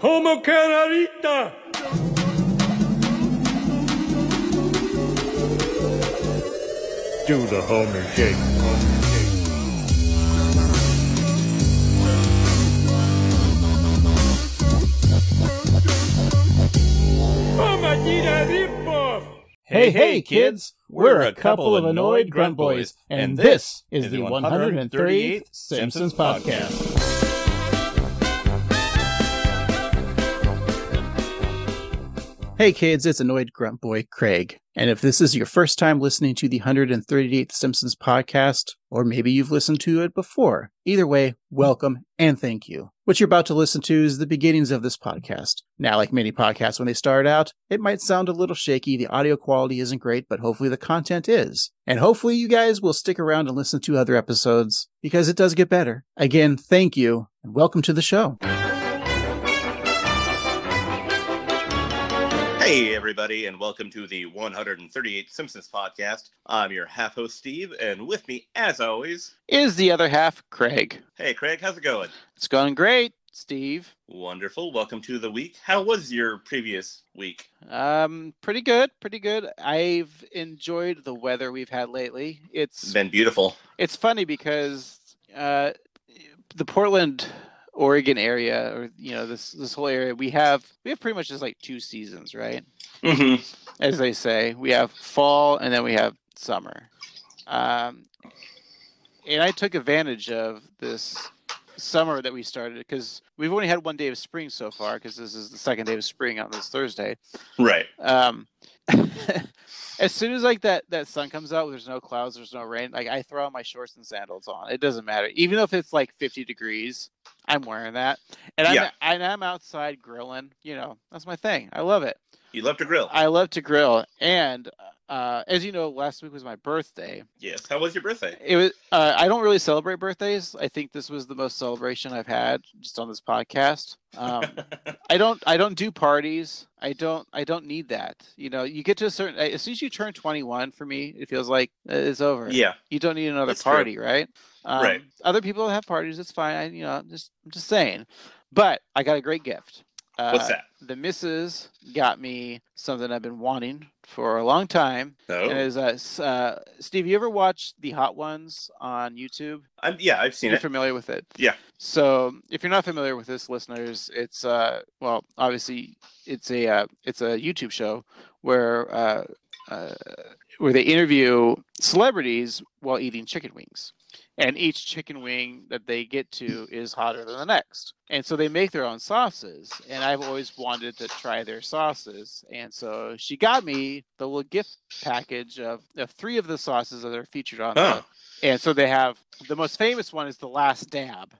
Homo canarita! Do the Homer shake. Homadita ripoff! Hey, hey, kids! We're a couple of annoyed grunt boys, and this is the 138th Simpsons Podcast. Hey, kids, it's annoyed grunt boy Craig. And if this is your first time listening to the 138th Simpsons Podcast, or maybe you've listened to it before, either way, welcome and thank you. What you're about to listen to is the beginnings of this podcast. Now, like many podcasts when they start out, it might sound a little shaky. The audio quality isn't great, but hopefully the content is. And hopefully you guys will stick around and listen to other episodes because it does get better. Again, thank you and welcome to the show. Hey, everybody, and welcome to the 138th Simpsons podcast. I'm your half host, Steve, and with me, as always, Is the other half Craig? hey, Craig, how's it going? It's going great, Steve. Wonderful. Welcome to the week. How was your previous week? Um, pretty good, pretty good. I've enjoyed the weather we've had lately. It's Been beautiful. it's funny because uh, the Portland, Oregon area, or you know this this whole area, we have we have pretty much just like two seasons, right? Mm-hmm. As they say, we have fall and then we have summer. Um, and I took advantage of this summer that we started because we've only had one day of spring so far because this is the second day of spring on this Thursday. Right. Um, as soon as like that that sun comes out, there's no clouds, there's no rain. Like I throw my shorts and sandals on. It doesn't matter, even if it's like 50 degrees. I'm wearing that, and I'm Yeah. and I'm outside grilling. You know, that's my thing. I love it. You love to grill. I love to grill, and uh, as you know, last week was my birthday. yes. How was your birthday? It was. Uh, I don't really celebrate birthdays. I think this was the most celebration I've had just on this podcast. Um, I don't I don't do parties. I don't I don't need that. You know, you get to a certain as soon as you turn 21 for me, it feels like uh, it's over. yeah. You don't need another That's true. party, right? Um, Right. Other people have parties, it's fine. I, you know, I'm just I'm just saying. But I got a great gift. Uh, What's that? The missus got me something I've been wanting for a long time. No. And it was, uh, s- uh, Steve, you ever watch The Hot Ones on YouTube? I'm, yeah, I've seen You're it. familiar with it. Yeah. So if you're not familiar with this, listeners, it's uh well obviously it's a uh, it's a YouTube show where uh, uh, where they interview celebrities while eating chicken wings, and each chicken wing that they get to is hotter than the next, and so they make their own sauces. And I've always wanted to try their sauces, and so she got me the little gift package of, of three of the sauces that are featured on the Oh, and so they have the most famous one is the last dab,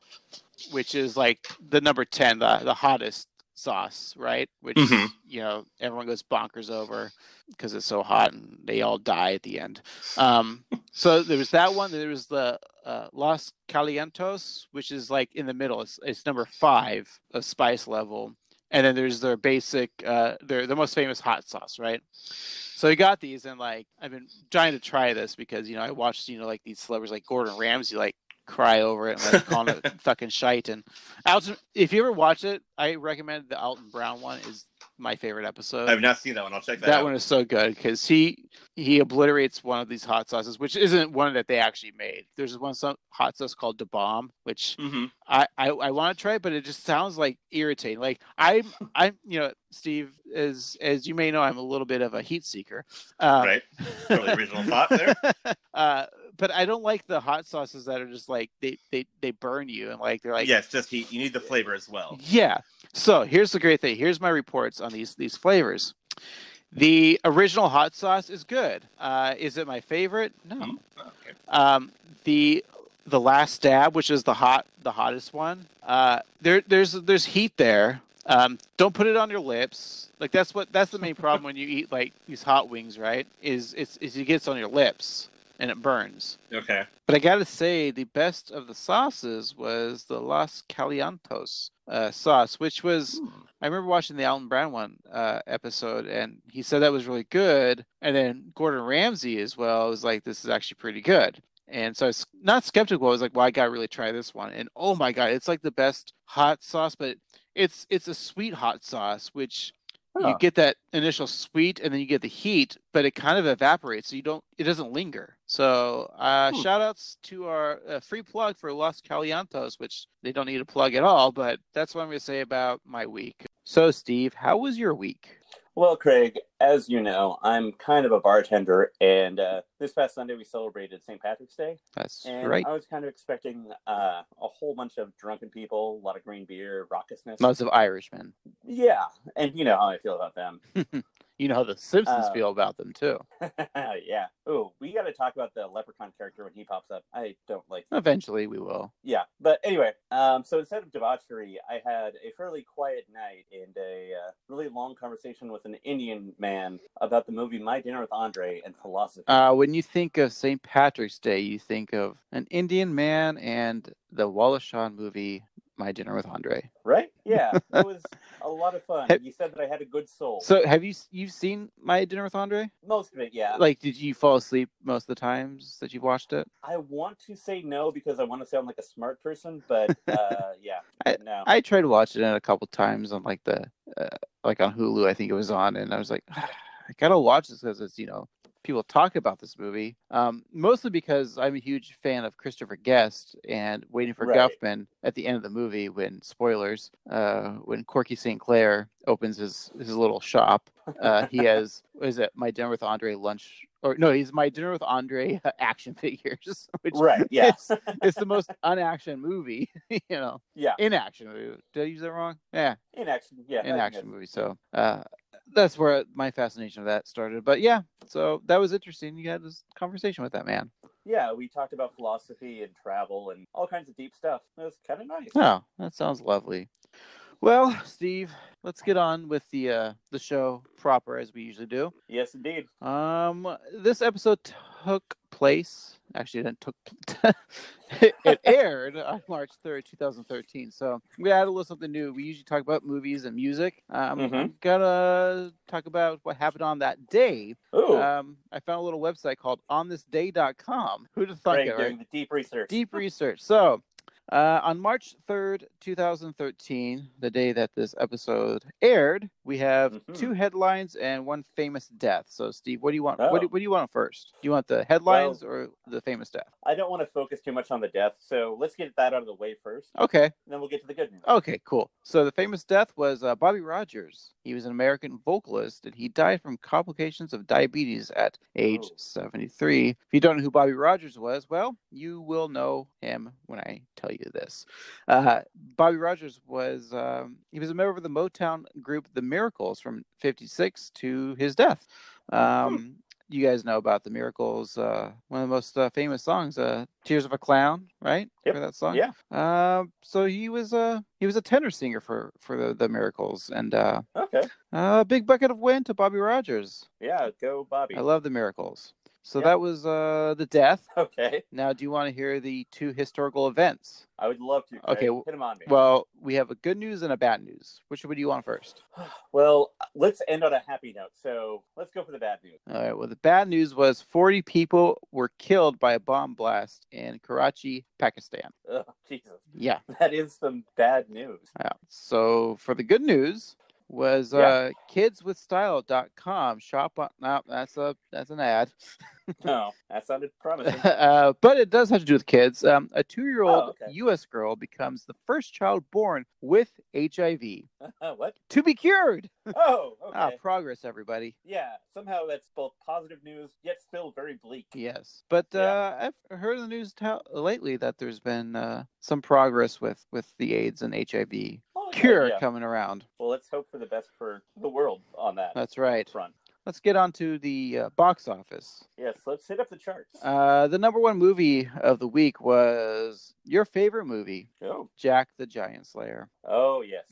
which is like the number 10, the, the hottest sauce, right? Which, Mhm. you know, everyone goes bonkers over because it's so hot and they all die at the end. Um, so there was that one. There was the uh, Los Calientos, which is like in the middle. It's, it's number five of spice level. And then there's their basic, uh, their, their most famous hot sauce, right? So I got these, and like I've been trying to try this because you know I watched you know like these celebrities like Gordon Ramsay like cry over it and like calling it fucking shite. And Alton, if you ever watch it, I recommend the Alton Brown one is my favorite episode. I've not seen that one. I'll check that, that out. one is so good because he he obliterates one of these hot sauces, which isn't one that they actually made. There's one so- hot sauce called De Bomb, which Mhm. I, I, I want to try it, but it just sounds like irritating. Like I'm I'm you know Steve as as you may know I'm a little bit of a heat seeker. Um, right. Really original thought there. uh, but I don't like the hot sauces that are just like they they they burn you and like they're like yes, just heat. You need the flavor as well. yeah. So here's the great thing. Here's my reports on these these flavors. The original hot sauce is good. Uh, is it my favorite? No. Mm, okay. Um, the the last dab, which is the hot the hottest one. Uh, there there's there's heat there. Um, don't put it on your lips. Like that's what that's the main problem when you eat like these hot wings, right? Is it's is it gets on your lips and it burns. Okay. But I gotta say, the best of the sauces was the Los Calientos uh, sauce, which was I remember watching the Alan Brown one uh, episode, and he said that was really good. And then Gordon Ramsay as well was like, "This is actually pretty good." And so I was not skeptical. I was like, "Well, I gotta really try this one." And oh my god, it's like the best hot sauce, but It's it's a sweet hot sauce, which Huh. you get that initial sweet and then you get the heat, but it kind of evaporates. So you don't it doesn't linger. So uh, Hmm. shout outs to our uh, free plug for Los Calientos, which they don't need a plug at all, but that's what I'm gonna say about my week. So Steve, how was your week? Well, Craig, as you know, I'm kind of a bartender, and uh, this past Sunday we celebrated St. Patrick's Day, That's and right. I was kind of expecting uh, a whole bunch of drunken people, a lot of green beer, raucousness. Lots of Irishmen. Yeah, and you know how I feel about them. You know how the Simpsons Uh, feel about them too. yeah. Oh, we got to talk about the leprechaun character when he pops up. I don't like. Eventually we will. Yeah, but anyway, um, so instead of debauchery, I had a fairly quiet night and a uh, really long conversation with an Indian man about the movie My Dinner with Andre and philosophy. Uh, when you think of St. Patrick's Day, you think of an Indian man and the Wallace Shawn movie, My Dinner with Andre. Right? Yeah, it was a lot of fun. Have- You said that I had a good soul. So, have you you've seen My Dinner with Andre? Most of it, yeah. Like, did you fall asleep most of the times that you watched it? I want to say no because I want to sound like a smart person, but uh, yeah, no. I tried watching it a couple times on like the uh, like on Hulu, I think it was on, and I was like, I gotta watch this because it's you know people talk about this movie, um, mostly because I'm a huge fan of Christopher Guest and Waiting for Right. Guffman at the end of the movie when spoilers uh, when Corky St Clair opens his his little shop, uh, he has what is it my dinner with Andre lunch or no he's my dinner with Andre uh, action figures which right, yeah, it's, it's the most unaction movie you know yeah. inaction movie. Did I use that wrong? Yeah, In action, yeah. in I think action movie. So uh, that's where my fascination of that started. But yeah, so that was interesting. You had this conversation with that man. that's- Yeah, we talked about philosophy and travel and all kinds of deep stuff. It was kind of nice. Oh, that sounds lovely. Well, Steve, let's get on with the uh, the show proper as we usually do. Yes, indeed. Um, this episode took place. Actually, it didn't took. it, it aired on March third, two thousand thirteen. So we added a little something new. We usually talk about movies and music. Um, Mhm. I'm gonna talk about what happened on that day. Ooh, Um, I found a little website called OnThisDay.com. Who'd have thought Craig it? right? doing the deep research. Deep research. So, uh, on March 3rd, 2013, the day that this episode aired, we have Mhm. two headlines and one famous death. So, Steve, what do you want? What, do, Oh. what do you want first? Do you want the headlines or the famous death? I don't want to focus too much on the death, so let's get that out of the way first, Okay. and then we'll get to the good news. Okay, cool. So, the famous death was uh, Bobby Rogers. He was an American vocalist and he died from complications of diabetes at age Oh. 73. If you don't know who Bobby Rogers was, well, you will know him when I tell you this. Uh, Bobby Rogers was um, he was a member of the Motown group The Miracles from '56 to his death. Um, Hmm. You guys know about The Miracles, uh, one of the most uh, famous songs, uh, "Tears of a Clown," right? Yep. For that song. Yeah. Um, so he was uh, he was a tenor singer for for the, the Miracles, and uh, Okay. uh, big bucket of wind to Bobby Rogers. Yeah, go Bobby. I love The Miracles. So Yep. that was uh, the death. okay. Now, do you want to hear the two historical events? I would love to. Craig. Okay, w- Hit him on me. Well, we have a good news and a bad news. Which one do you want first? Well, let's end on a happy note. So let's go for the bad news. All right. Well, the bad news was 40 people were killed by a bomb blast in Karachi, Pakistan. Ugh, Jesus, Yeah. that is some bad news. yeah. So for the good news was Yeah. uh, kidswithstyle.com shop on no, that's a that's an ad No, that sounded promising. uh, but it does have to do with kids um, a two-year-old Oh, okay. u.s girl becomes the first child born with hiv to Uh, what? be cured Oh, okay. ah, progress everybody yeah, somehow that's both positive news yet still very bleak. Yes, but Yeah. uh, I've heard in the news to- lately that there's been uh, some progress with with the AIDS and HIV Oh, okay, cure yeah. coming around. Well, let's hope for the best for the world on that That's right. front. Let's get on to the uh, box office. Yes, let's hit up the charts. Uh, the number one movie of the week was your favorite movie, oh, Jack the Giant Slayer. oh yes,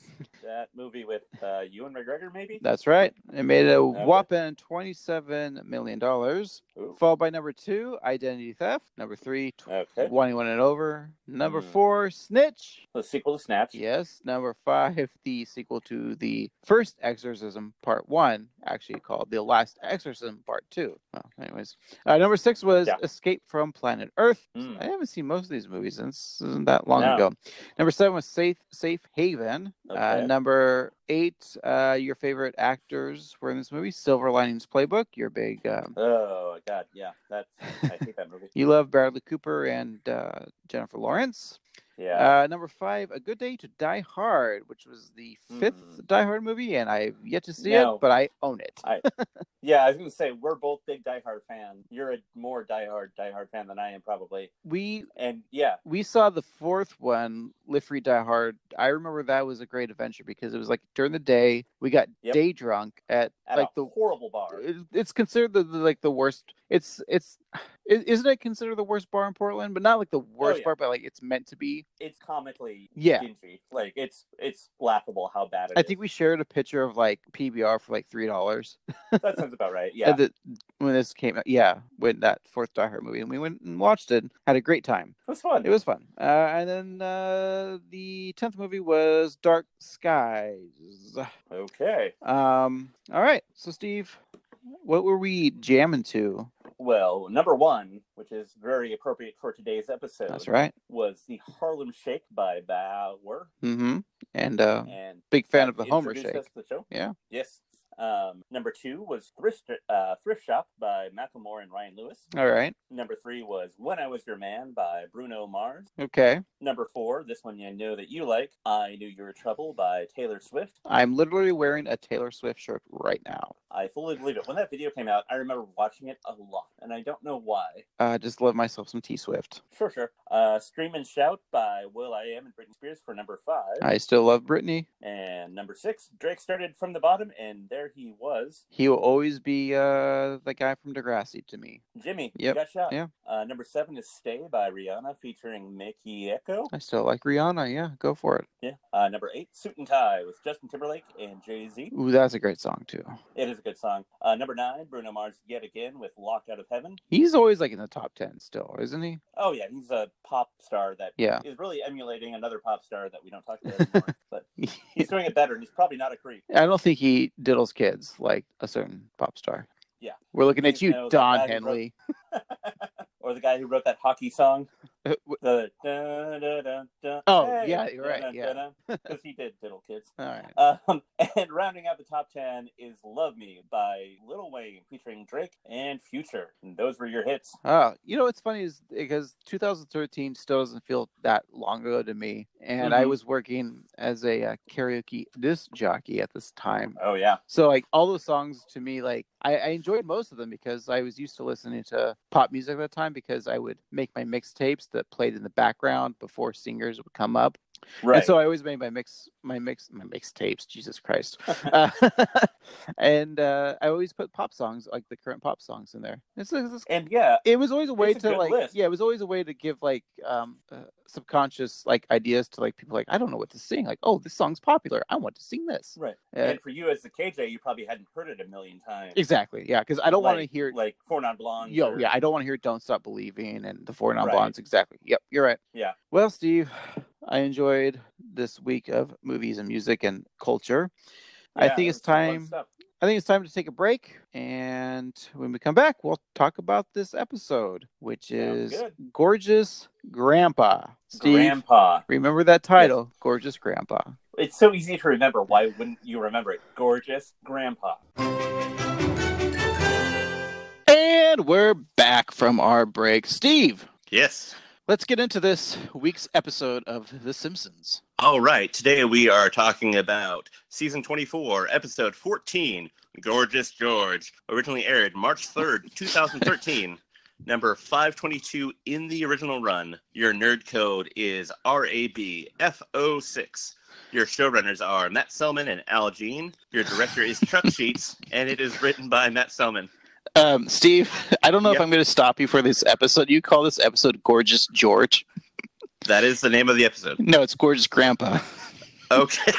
that movie with uh, Ewan McGregor, maybe. That's right. It made a Okay. whopping twenty-seven million dollars. Ooh, Followed by number two, Identity Theft. Number three, okay, 21 and Over. Number Hmm. four, Snitch. the sequel to Snatch. Yes, number five, the sequel to the first Exorcism Part One, actually called The Last Exorcism Part Two. Well, anyways, uh, number six was Yeah. Escape from Planet Earth. Mm. I haven't seen most of these movies since isn't that long No. ago. Number seven was Safe Safe Haven. Uh, Okay. number eight, uh, your favorite actors were in this movie, Silver Linings Playbook. Your big, um, Oh God, yeah, that's I hate that movie. you love Bradley Cooper and uh, Jennifer Lawrence. Yeah, Uh, number five, A Good Day to Die Hard, which was the 5th Mm. Die Hard movie, and I've yet to see No. it, but I own it. yeah. I was gonna say we're both big Die Hard fans. You're a more Die Hard Die Hard fan than I am probably. We And yeah, we saw the fourth one, Live Free Die Hard. I remember that was a great adventure because it was like during the day we got Yep. day drunk at, at like a the horrible bar. it- it's considered the, the like the worst. It's it's is- isn't it considered the worst bar in Portland? But not like the worst Oh, yeah. bar, but like it's meant to be. It's comically Yeah. dingy. Like it's it's laughable how bad it is. I think we shared a picture of like PBR for like three dollars. that sounds about right. Yeah, The, when this came out, yeah, when that fourth Die Hard movie, and we went and watched it, had a great time. it was fun. It was fun. Uh, and then uh, the tenth movie was Dark Skies. okay. Um, all right, so Steve, what were we jamming to? Well, number one, which is very appropriate for today's episode, That's right. was the Harlem Shake by Bauer. Mm-hmm. And uh, And big fan that of the Homer introduced Shake. us to the show. Yeah. Yes. Um, number two was Thrift uh, Thrift Shop by Macklemore and Ryan Lewis. All right. Number three was When I Was Your Man by Bruno Mars. Okay. Number four, this one I know that you like, I Knew You Were Trouble by Taylor Swift. I'm literally wearing a Taylor Swift shirt right now. I fully believe it. When that video came out, I remember watching it a lot, and I don't know why. I just love myself some T Swift. Sure, sure. Uh, Scream and Shout by Will I Am and Britney Spears for number five. I still love Britney. And number six, Drake started from the bottom, and there he was. He will always be uh the guy from Degrassi to me. Jimmy, Yep, you got shot. yeah. Uh, number seven is Stay by Rihanna featuring Mickey Echo. I still like Rihanna. Yeah, go for it. Yeah. Uh, number eight, Suit and Tie with Justin Timberlake and Jay Z. Ooh, that's a great song too. It is a good song. Uh, number nine, Bruno Mars yet again with Locked Out of Heaven. He's always like in the top ten still, isn't he? Oh, yeah, he's a pop star that Yeah. is really emulating another pop star that we don't talk about anymore. but he's doing it better, and he's probably not a creep. I don't think he diddles kids like a certain pop star. Yeah. We're looking at Please know you, the guy Don who wrote- Henley. or the guy who wrote that hockey song. Uh, wh- The dun, dun, dun, dun, Oh, yeah, you're right, yeah. because he did Diddle Kids. All right. Um, and rounding out the top ten is "Love Me" by Lil Wayne featuring Drake and Future. And those were your hits. Oh, you know what's funny is because 2013 still doesn't feel that long ago to me, and I Mhm. was working as a uh, karaoke disc jockey at this time. Oh yeah, So like all those songs to me, like I, I enjoyed most of them because I was used to listening to pop music at the time because I would make my mixtapes that played in the background before singers would come up. right. And so I always made my mix, my mix, my mixtapes. Jesus Christ! uh, and uh, I always put pop songs, like the current pop songs, in there. It's, it's and yeah, it was always a way It's to a good like list. yeah it was always a way to give like um uh, subconscious like ideas to like people like i don't know what to sing like oh this song's popular i want to sing this right. Uh, and for you as the KJ, you probably hadn't heard it a million times. exactly yeah because i don't want to hear like Four Non Blondes. yo or- yeah i don't want to hear don't stop believing and the four non Right. blondes exactly yep you're right Yeah. well steve i enjoyed this week of movies and music and culture i think Yeah, that it's was some fun time stuff. I think it's time to take a break. And when we come back, we'll talk about this episode, which Sounds is good. Gorgeous Grandpa. Steve, Grandpa. remember that title, Gorgeous Grandpa. It's so easy to remember. Why wouldn't you remember it? Gorgeous Grandpa. And we're back from our break. Steve, Yes. let's get into this week's episode of The Simpsons. All right. Today we are talking about season 24, episode 14, Gorgeous George. Originally aired March 3rd, 2013. Number 522 in the original run. Your nerd code is RABFO6. Your showrunners are Matt Selman and Al Jean. Your director is Chuck Sheets, and it is written by Matt Selman. Um, Steve, I don't know if Yep. I'm going to stop you for this episode. You call this episode Gorgeous George? That is the name of the episode. No, it's Gorgeous Grandpa. Okay.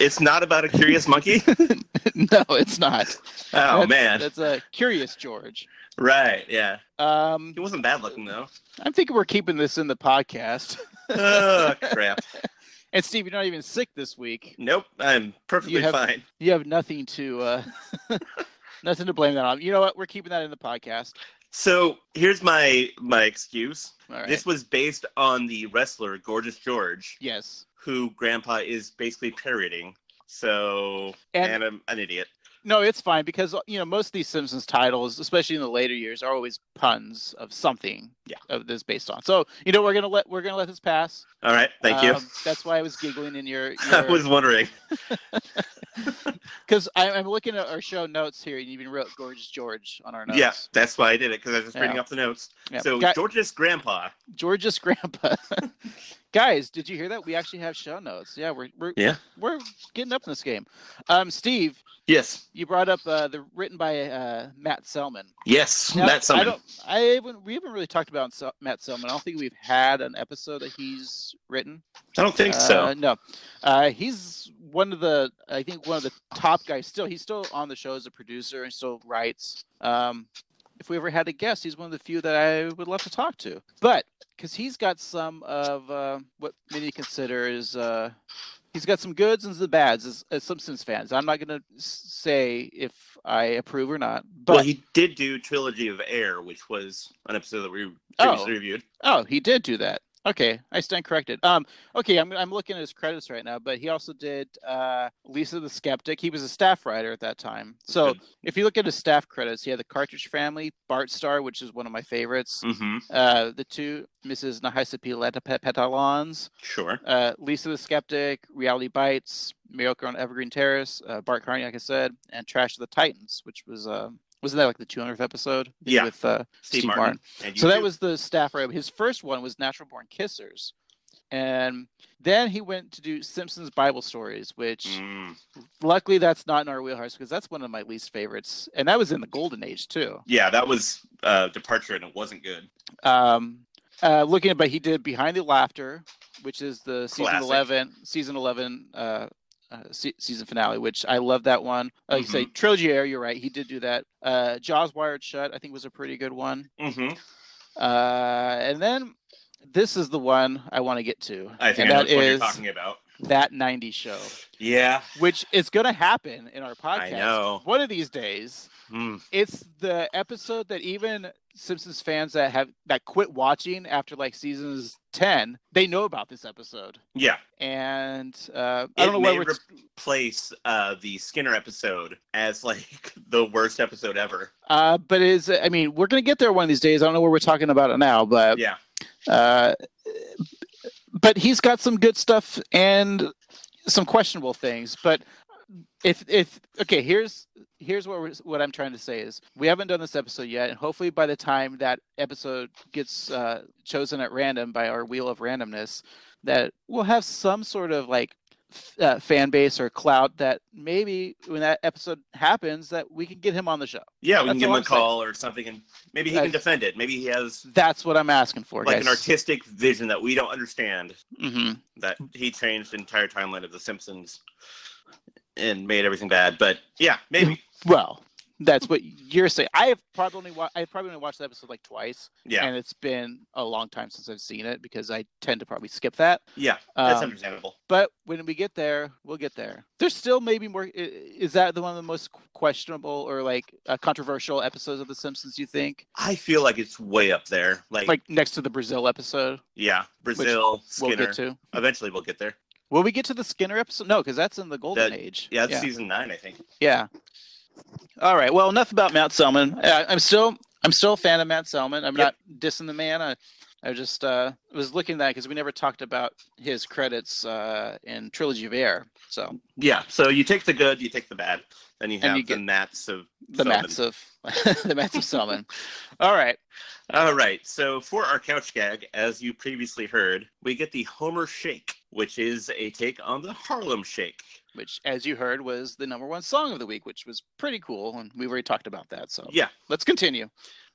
it's not about a curious monkey. no, it's not. Oh That's- man. That's a Curious George. Right. Yeah. Um, He wasn't bad looking though. I'm thinking we're keeping this in the podcast. oh crap. And Steve, you're not even sick this week. Nope, I'm perfectly You have- fine. You have nothing to uh, nothing to blame that on. You know what? We're keeping that in the podcast. So here's my my excuse. All right. This was based on the wrestler Gorgeous George, yes. who Grandpa is basically parodying. So And- and, I'm an idiot. No, it's fine because you know most of these Simpsons titles, especially in the later years, are always puns of something Yeah. of this based on. So you know we're gonna let we're gonna let this pass. All right, thank you. Um, That's why I was giggling in your. I your was wondering. Because I'm looking at our show notes here, and you even wrote "Gorgeous George" on our notes. Yeah, that's why I did it because I was just reading Yeah. off the notes. Yeah. So Guy- George's grandpa. George's grandpa. Guys, did you hear that? We actually have show notes. Yeah, we're we're Yeah. we're getting up in this game. Um, Steve, Yes. you brought up uh, the written by uh, Matt Selman. Yes. Now, that's I something. don't. I haven't. We haven't really talked about Sel- Matt Selman. I don't think we've had an episode that he's written. I don't think Uh, so. No, uh, he's one of the. I think one of the top guys. Still, he's still on the show as a producer and still writes. Um, if we ever had a guest, he's one of the few that I would love to talk to. But because he's got some of uh, what many consider is. Uh, He's got some goods and the bads as, as Simpsons fans. I'm not going to say if I approve or not, but well, he did do Trilogy of Air, which was an episode that we Oh. previously reviewed. Oh, he did do that. Okay, I stand corrected. Um, okay, I'm I'm looking at his credits right now, but he also did uh, Lisa the Skeptic. He was a staff writer at that time. So Good. if you look at his staff credits, he had the Cartridge Family, Bart Star, which is one of my favorites. Mm-hmm. Uh, the two Mrs. Nahaisipi Petalons, Sure. uh, Lisa the Skeptic, Reality Bites, Miracle on Evergreen Terrace, uh, Bart Carney, like I said, and Trash of the Titans, which was uh, wasn't that like the 200th episode? Yeah. With uh, Steve, Steve Martin. Martin. And you So that too. was the staff writer. His first one was Natural Born Kissers, and then he went to do Simpsons Bible Stories, which Mm, luckily that's not in our wheelhouse because that's one of my least favorites, and that was in the Golden Age too. yeah, that was uh, departure, and it wasn't good. Um, uh, looking at, but he did Behind the Laughter, which is the season Classic. eleven, season eleven, uh, uh, se- season finale, which I love that one. Like you Mm-hmm. say, Trilogy Air, you're right, he did do that. Uh, Jaws Wired Shut, I think was a pretty good one. Mm-hmm. Uh, and then this is the one I want to get to. I and think I know that which one you're is talking about. that 90 show, Yeah. which is going to happen in our podcast. I know. One of these days. Mm. It's the episode that even Simpsons fans that have that quit watching after like seasons 10, they know about this episode. Yeah. And uh, It I don't know why may we're replace uh, the Skinner episode as like the worst episode ever. uh, but it is I mean, we're going to get there one of these days. I don't know where we're talking about it now, but yeah. Uh, but he's got some good stuff and some questionable things. But if if okay, here's here's what we're, what I'm trying to say is we haven't done this episode yet, and hopefully by the time that episode gets uh, chosen at random by our wheel of randomness, that we'll have some sort of like f- uh, fan base or clout that maybe when that episode happens that we can get him on the show. Yeah, we That's can give him all a I'm saying. call or something, and maybe he Uh, can defend it. Maybe he has That's what I'm asking for, like guys. an artistic vision that we don't understand hmm that he changed the entire timeline of The Simpsons and made everything bad. But yeah, maybe. Well, that's what you're saying. I have probably only wa- I probably only watched the episode like twice, Yeah, and it's been a long time since I've seen it because I tend to probably skip that. yeah, that's Um, understandable. but when we get there, we'll get there. There's still maybe more. i- Is that the one of the most questionable or like uh, controversial episodes of The Simpsons? You think I feel like it's way up there. Like, like next to the Brazil episode? yeah, Brazil, Skinner. We'll get to. Eventually, we'll get there. Will we get to the Skinner episode? No, because that's in the Golden That- Age. Yeah, it's season nine, I think. Yeah. All right. Well, enough about Matt Selman. I, I'm still I'm still a fan of Matt Selman. I'm Yep. not dissing the man. I, I just uh, was looking at that because we never talked about his credits uh, in Trilogy of Air. So Yeah, so you take the good, you take the bad, then you And have you the get- mats of the Selman. Matts of the Matts of Selman. All right. All right, so for our couch gag, as you previously heard, we get the Homer Shake, which is a take on the Harlem Shake. Which, as you heard, was the number one song of the week, which was pretty cool, and we've already talked about that. So Yeah. let's continue.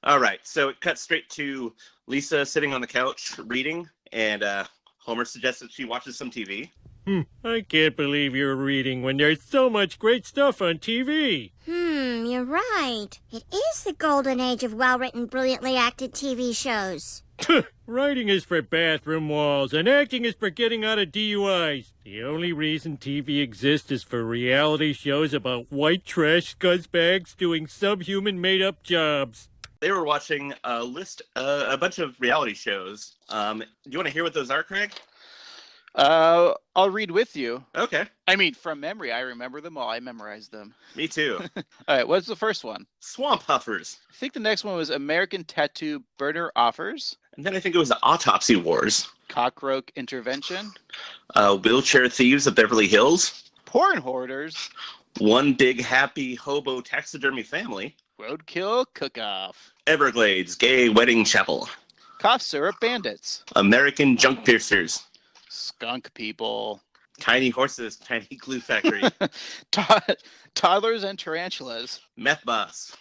All right, so it cuts straight to Lisa sitting on the couch reading, and uh, Homer suggests that she watches some TV. Hmm. I can't believe you're reading when there's so much great stuff on TV. Hmm, you're right. It is the golden age of well written, brilliantly acted TV shows. Writing is for bathroom walls, and acting is for getting out of DUIs. The only reason TV exists is for reality shows about white trash scuzzbags doing subhuman made up jobs. They were watching a list, uh, a bunch of reality shows. Um, do you want to hear what those are, Craig? Uh, I'll read with you. Okay, I mean, from memory, I remember them all. I memorized them. me too. All right, what's the first one? Swamp Huffers. I think the next one was American Tattoo Burner Offers, And then I think it was Autopsy Wars. Cockroach Intervention, Uh, Wheelchair Thieves of Beverly Hills. Porn Hoarders, One Big Happy Hobo Taxidermy Family. Roadkill Cook-Off, Everglades Gay Wedding Chapel. Cough Syrup Bandits, American Junk Piercers. Skunk People, Tiny Horses, Tiny Glue Factory. Tod- Toddlers and Tarantulas, Meth Boss.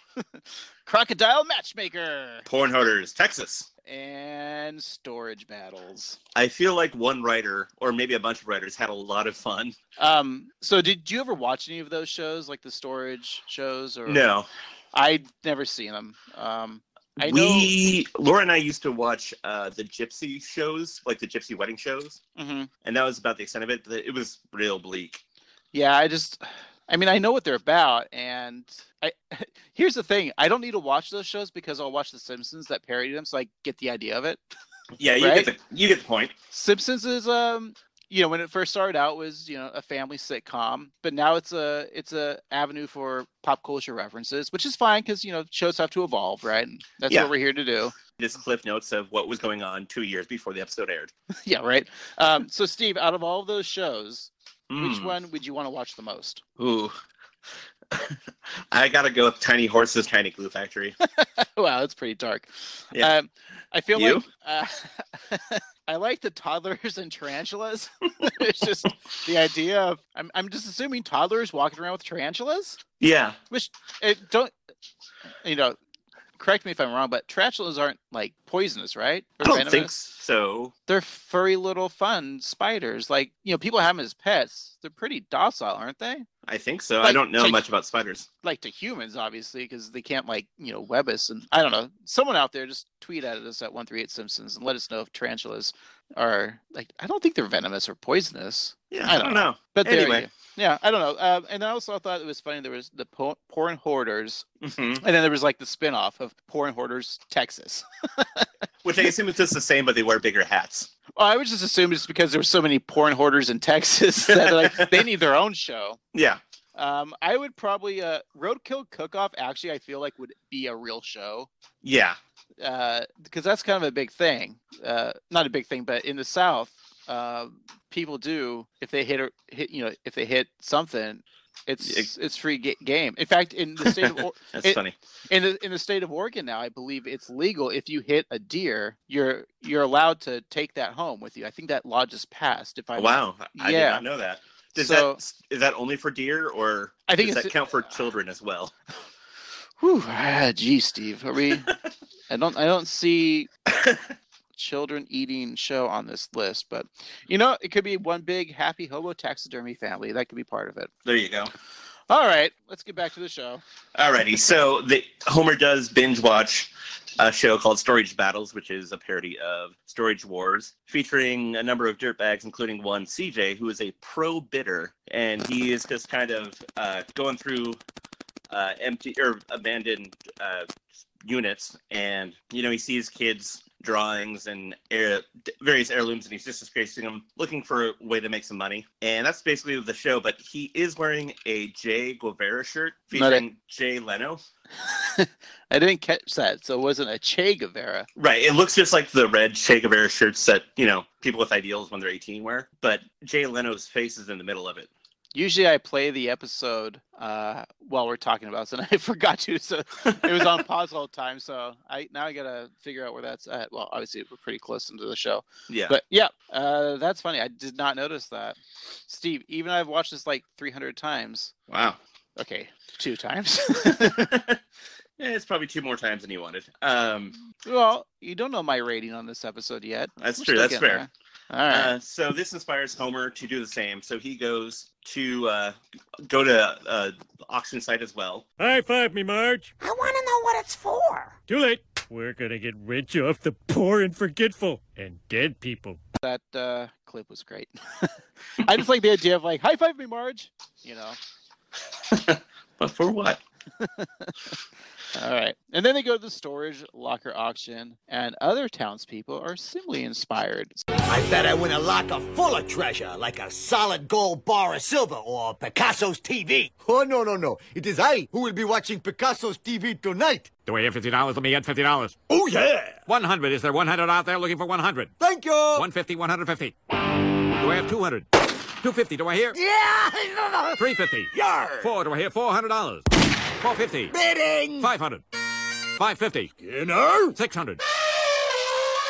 Crocodile Matchmaker, Porn Hoarders, Texas. and Storage Battles. I feel like one writer, or maybe a bunch of writers, had a lot of fun. Um, so did you ever watch any of those shows, like the storage shows? Or No. I'd never seen them. Um, I we, Laura and I used to watch uh, the gypsy shows, like the gypsy wedding shows, know. Mhm. and that was about the extent of it. It was real bleak. Yeah, I just, I mean, I know what they're about, and I. Here's the thing: I don't need to watch those shows because I'll watch The Simpsons that parody them, so I get the idea of it. Yeah, you, Right? get, the, you get the point. Simpsons is, um, you know, when it first started out was you know a family sitcom, but now it's a it's a avenue for pop culture references, which is fine because you know shows have to evolve, right? And that's Yeah. what we're here to do. This cliff notes of what was going on two years before the episode aired. yeah, right. Um, so, Steve, out of all those shows, which Hmm. one would you want to watch the most? Ooh. I gotta go with Tiny Horses, Tiny Glue Factory. wow, that's pretty dark. Yeah. Um, I feel You? like uh, I like the toddlers and tarantulas. it's just the idea of I'm I'm just assuming toddlers walking around with tarantulas. yeah. It don't you know? Correct me if I'm wrong, but tarantulas aren't like poisonous, right? Or I don't think venomous? so. They're furry little fun spiders. Like you know, people have them as pets. They're pretty docile, aren't they? I think so. I Like, don't know so- much about spiders. like to humans, obviously, because they can't like you know web us. And I don't know. Someone out there just tweet at us at one three eight Simpsons and let us know if tarantulas are like. I don't think they're venomous or poisonous, Yeah, I I don't, don't know. but there Anyway. you- Yeah, I don't know. Uh, and I also thought it was funny there was the po- porn hoarders, Mhm. and then there was like the spin off of porn hoarders Texas. Which I assume it's just the same, but they wear bigger hats. Well, I would just assume it's because there were so many porn hoarders in Texas that like they need their own show. Yeah. Um, I would probably uh, Roadkill Cook Off. Actually, I feel like would be a real show. Yeah. because uh, that's kind of a big thing. Uh, not a big thing, but in the South, uh, people do if they hit or hit, you know, if they hit something, it's it's free ga- game. In fact, in the state of or- That's It- funny. in the in the state of Oregon now, I believe it's legal if you hit a deer, you're you're allowed to take that home with you. I think that law just passed. If I Wow. I did Yeah. not know that. Does So- that is that only for deer or I think does it's that count for children as well? Whew, ah, geez, Steve, are we? I don't, I don't see children eating show on this list, but you know, it could be one big happy hobo taxidermy family. That could be part of it. There you go. All right, let's get back to the show. Alrighty, so the Homer does binge watch a show called Storage Battles, which is a parody of Storage Wars, featuring a number of dirtbags, including one CJ, who is a pro bidder, and he is just kind of uh, going through uh, empty or abandoned uh, units, and you know he sees kids' drawings and heir- various heirlooms, and he's just disgracing them, looking for a way to make some money, and that's basically the show. But he is wearing a Jay Guevara shirt Not it. featuring Jay Leno. I didn't catch that, so it wasn't a Che Guevara. Right. It looks just like the red Che Guevara shirts that, you know, people with ideals when they're 18 wear, but Jay Leno's face is in the middle of it. Usually, I play the episode uh, while we're talking about, it, and I forgot to. So it was on pause all the time. So I now I gotta figure out where that's at. Well, obviously, we're pretty close into the show. Yeah. But yeah, uh, that's funny. I did not notice that. Steve, even I've watched this like 300 times. wow. Okay, two times. Yeah, it's probably two more times than you wanted. Um, well, you don't know my rating on this episode yet. that's We're still true. That's getting fair. there. All right. Uh, so this inspires Homer to do the same. So he goes to uh, go to uh, auction site as well. High five me, Marge. I want to know what it's for. Too late. We're gonna get rich off the poor and forgetful and dead people. that uh, clip was great. I just like the idea of like high five me, Marge. You know. But for what? All right. And then they go to the storage locker auction, and other townspeople are similarly inspired. I bet I win a locker full of treasure, like a solid gold bar of silver or Picasso's TV. Oh, no, no, no. It is I who will be watching Picasso's TV tonight. Do I have fifty dollars? Let me get fifty dollars. Oh, yeah. One hundred. Is there one hundred out there looking for one hundred? Thank you. One fifty. One hundred fifty. Do I have two hundred? Two fifty. Do I hear? Yeah. Three fifty. Yar. Four. Do I hear? Four hundred dollars. Four fifty. Bidding. Five hundred. Five fifty. You know. Six hundred.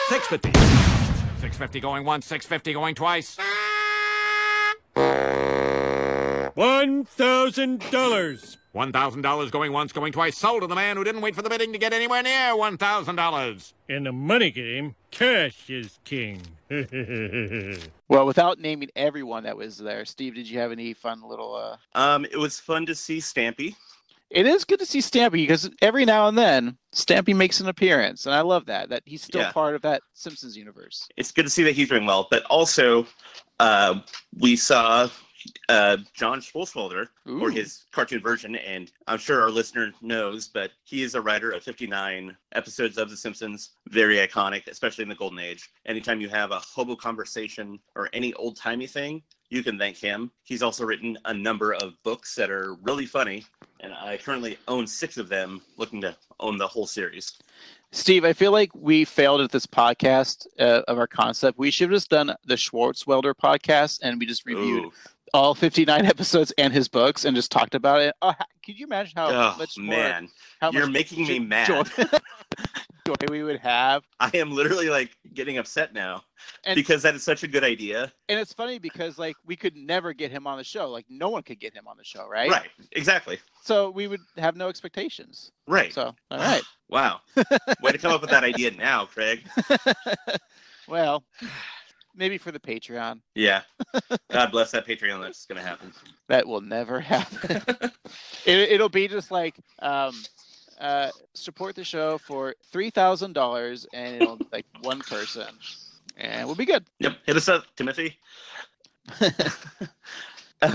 Six fifty. Six fifty going once. Six fifty going twice. One thousand dollars. One thousand dollars going once, going twice. Sold to the man who didn't wait for the bidding to get anywhere near one thousand dollars. In the money game, cash is king. That's Well, without naming everyone that was there, Steve, did you have any fun little? Uh... Um, it was fun to see Stampy. It is good to see Stampy because every now and then Stampy makes an appearance, and I love that. That he's still Yeah. part of that Simpsons universe. It's good to see that he's doing well. But also, uh, we saw uh, John Schwarzwalder or Ooh. his cartoon version, and I'm sure our listener knows, but he is a writer of 59 episodes of The Simpsons, very iconic, especially in the Golden Age. Anytime you have a hobo conversation or any old timey thing, you can thank him. He's also written a number of books that are really funny, and I currently own six of them, looking to own the whole series. Steve, I feel like we failed at this podcast uh, of our concept. We should have just done the Schwartzwelder podcast, and we just reviewed Ooh, all 59 episodes and his books, and just talked about it. Oh, ha- could you imagine how oh, much more, man. how You're much making me jo- mad. Joy, joy we would have. I am literally like getting upset now And- because that is such a good idea. And it's funny because like we could never get him on the show. Like no one could get him on the show, right? Right. Exactly. So we would have no expectations. Right. So all right. Wow. Way to come up with that idea now, Craig. well, maybe for the Patreon. Yeah. God bless that Patreon. That's going to happen. That will never happen. it, it'll be just like um, uh, support the show for three thousand dollars, and it'll like one person, and we'll be good. Yep. Hit us up, Timothy.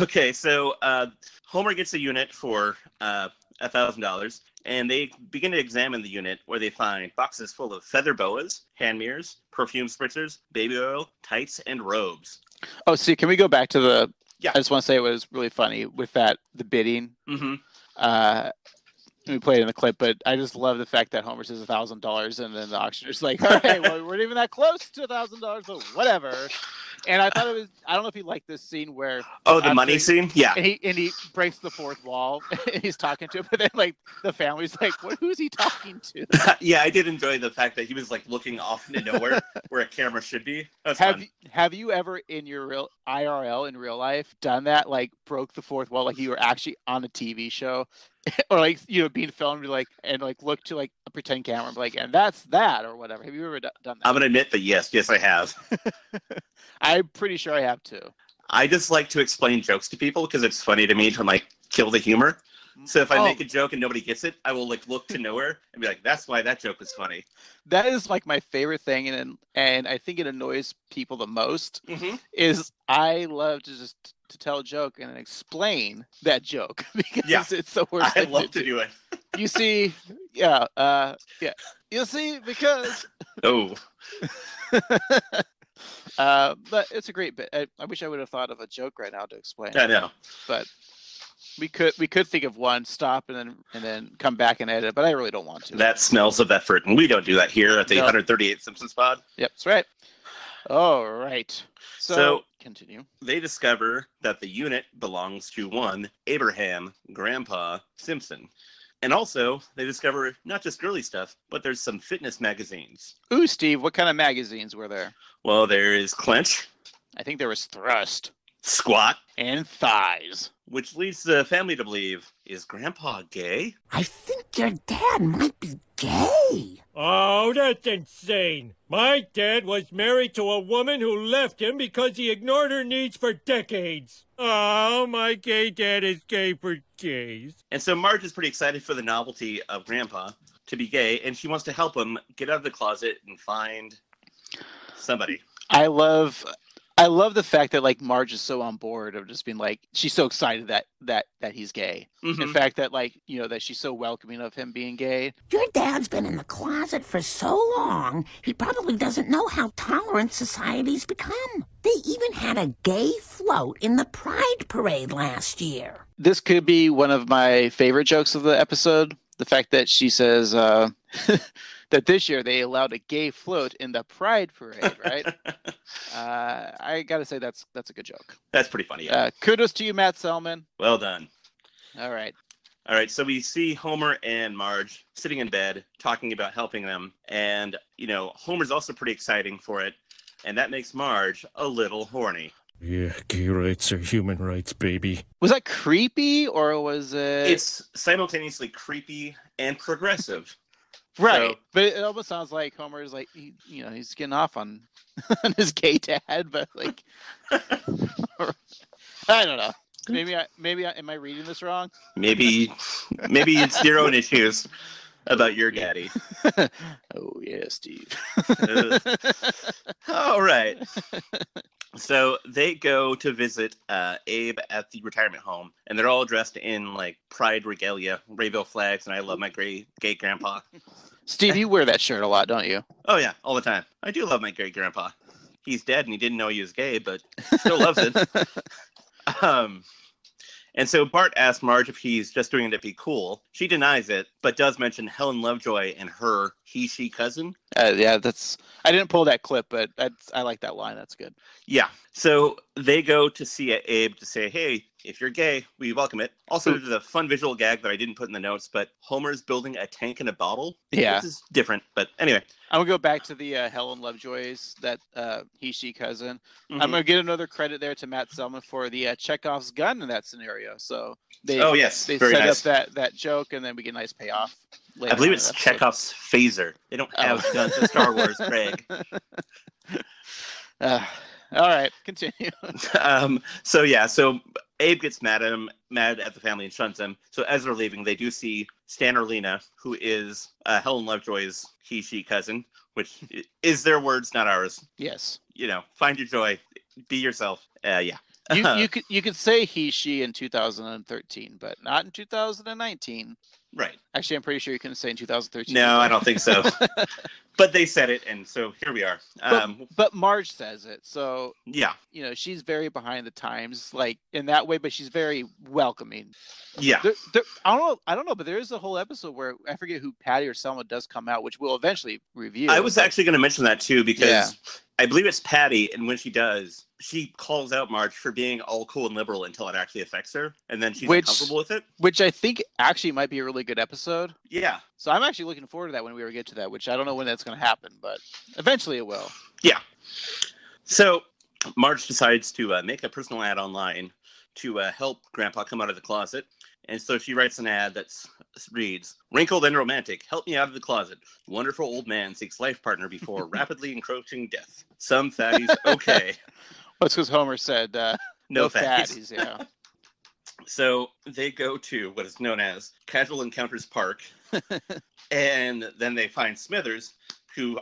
okay. So uh, Homer gets a unit for uh, $1,000, and they begin to examine the unit where they find boxes full of feather boas, hand mirrors, perfume spritzers, baby oil, tights, and robes. Oh, see, can we go back to the? Yeah. I just want to say it was really funny with that the bidding. Mm-hmm. Uh, we played in the clip, but I just love the fact that Homer says a thousand dollars, and then the auctioneer's like, "All right, well, we weren't even that close to a thousand dollars, but whatever." And I thought it was—I don't know if you like this scene where Oh, the I'm money doing- scene? Yeah. and he and he breaks the fourth wall and he's talking to him but then like the family's like what who's he talking to yeah, I did enjoy the fact that he was like looking off into nowhere where a camera should be. That's have fun. you, have you ever in your real IRL in real life done that like broke the fourth wall like you were actually on a TV show or like you know being filmed you're like and like look to like a pretend camera and be like and that's that or whatever have you ever do- done that I'm gonna admit that yes, yes, I have. I'm pretty sure I have too I just like to explain jokes to people because it's funny to me to like kill the humor. So if I Oh. make a joke and nobody gets it, I will like look to nowhere and be like, "That's why that joke was funny." that is like my favorite thing and and I think it annoys people the most Mm-hmm. is I love to just t- to tell a joke and then explain that joke because Yeah. it's the worst I thing love to do it. do. You see, yeah, uh, yeah. You see, because, Oh, uh, but it's a great bit. I, I wish I would have thought of a joke right now to explain. I it, know. But we could we could think of one, stop, and then and then come back and edit. But I really don't want to. That smells of effort, and we don't do that here at the No. 138 Simpsons Pod. Yep, that's right. All right. So, So- continue. They discover that the unit belongs to one Abraham Grandpa Simpson, and also they discover not just girly stuff, but there's some fitness magazines. Ooh, Steve, what kind of magazines were there? Well, there is Clench, I think there was Thrust. squat, and thighs. which leads the family to believe is Grandpa gay? I think your dad might be gay. Oh, that's insane. My dad was married to a woman who left him because he ignored her needs for decades. Oh, my gay dad is gay for gays. And so Marge is pretty excited for the novelty of Grandpa to be gay, and she wants to help him get out of the closet and find somebody. I love I love the fact that like Marge is so on board of just being like she's so excited that that that he's gay. Mhm. In fact that like, you know, that she's so welcoming of him being gay. Your dad's been in the closet for so long, he probably doesn't know how tolerant society's become. They even had a gay float in the Pride Parade last year. This could be one of my favorite jokes of the episode. The fact that she says uh that this year they allowed a gay float in the pride parade, right? uh, I gotta say that's that's a good joke. That's pretty funny. Uh, kudos to you, Matt Selman. Well done. All right. All right, so we see Homer and Marge sitting in bed talking about helping them. And, you know, Homer's also pretty exciting for it. And that makes Marge a little horny. Yeah, gay rights are human rights, baby. Was that creepy or was it? It's simultaneously creepy and progressive. right, so- but it almost sounds like Homer is like he, you know he's getting off on on his gay dad, but like I don't know. Maybe I maybe I, am I reading this wrong? Maybe, maybe it's your own issues about your daddy. oh yeah, Steve. Ugh. All right. So they go to visit uh, Abe at the retirement home, and they're all dressed in like pride regalia, Rayville flags, and I love my great gay grandpa. Steve, you wear that shirt a lot, don't you? Oh yeah, all the time. I do love my great grandpa. He's dead, and he didn't know he was gay, but still loves it. Um, and so Bart asks Marge if he's just doing it to be cool. She denies it, but does mention Helen Lovejoy and her he/she cousin. Uh, yeah, that's. I didn't pull that clip, but that's, I like that line. That's good. Yeah. So they go to see Abe to say, hey, if you're gay, we welcome it. Also, there's a fun visual gag that I didn't put in the notes, but Homer's building a tank in a bottle. Yeah. This is different, but anyway. I'm gonna go back to the uh, Helen Lovejoy's that uh, he she cousin. I'm Mhm. gonna get another credit there to Matt Selman for the uh, Chekhov's gun in that scenario. So they oh, yes. they Very set nice. up that that joke, and then we get a nice payoff. Later I believe on in it's the episode. Chekhov's phaser. They don't have Oh. guns in Star Wars, Craig. Uh, all right, continue. Um, so, yeah. So Abe gets mad at him, mad at the family, and shuns him. So as they're leaving, they do see Stan Erlina, who is uh, Helen Lovejoy's he, she cousin, which is their words, not ours. yes, you know, find your joy, be yourself. Uh, yeah. you you could you could say he she in 2013, but not in 2019. right. Actually, I'm pretty sure you couldn't say in 2013. No, I either. don't think so. but they said it, and so here we are. Um, But Marge says it, so yeah. you know she's very behind the times like in that way but she's very welcoming Yeah. there, there, i don't know i don't know but there is a whole episode where i forget who patty or selma does come out which we'll eventually review I was actually going to mention that too because Yeah. I believe it's Patty, and when she does, she calls out Marge for being all cool and liberal until it actually affects her, and then she's Which- uncomfortable with it. which i think actually might be a really good episode Yeah. so i'm actually looking forward to that when we ever get to that which i don't know when that's going to happen but eventually it will So Marge decides to uh, make a personal ad online to uh, help Grandpa come out of the closet. And so she writes an ad that s- reads Wrinkled and romantic, help me out of the closet. Wonderful old man seeks life partner before rapidly encroaching death. Some fatties, okay. well, it's because homer said uh, No, fatties. fatties yeah So they go to what is known as Casual Encounters Park. and then they find Smithers, who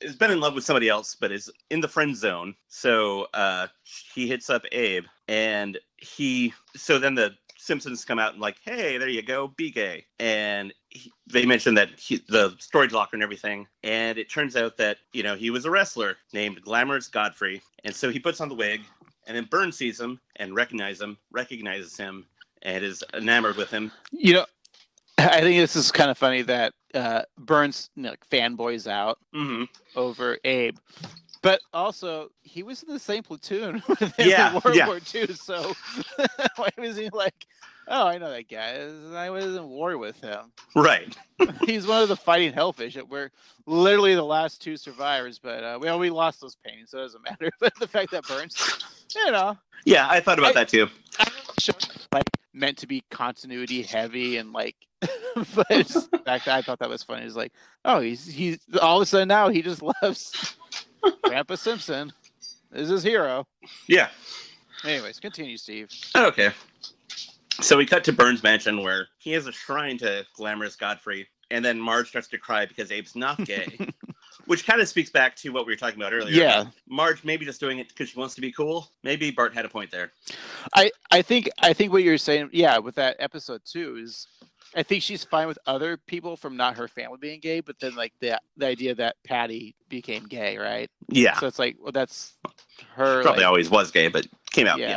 has been in love with somebody else, but is in the friend zone. So uh, he hits up Abe, and he. So then the Simpsons come out and, like, hey, there you go, be gay. And he, they mention that he, the storage locker and everything. And it turns out that, you know, he was a wrestler named Glamorous Godfrey. And so he puts on the wig, and then Burns sees him and recognizes him, recognizes him, and is enamored with him. you know i think this is kind of funny that uh, burns you know, like, fanboys out Mm-hmm. over Abe. But also, he was in the same platoon with him Yeah, in World yeah. War II, so why was he like, oh, I know that guy. I was in war with him. Right. He's one of the fighting hellfish. that We're literally the last two survivors, but uh, well, we lost those paintings, so it doesn't matter. But the fact that Burns you know, Yeah, I thought about I- that too. like meant to be continuity heavy and like, but it's just the fact that I thought that was funny. It's like, oh, he's he's all of a sudden now he just loves Grandpa Simpson. Is his hero. Yeah. Anyways, continue, Steve. Okay. So we cut to Burns' mansion where he has a shrine to glamorous Godfrey, and then Marge starts to cry because Abe's not gay, which kind of speaks back to what we were talking about earlier. Yeah. Marge maybe just doing it because she wants to be cool. Maybe Bart had a point there. I I think I think what you're saying, yeah, with that episode too is, I think she's fine with other people from not her family being gay, but then like the the idea that Patty became gay, right? Yeah. So it's like, well, that's her. Probably like, always was gay, but came out. yeah.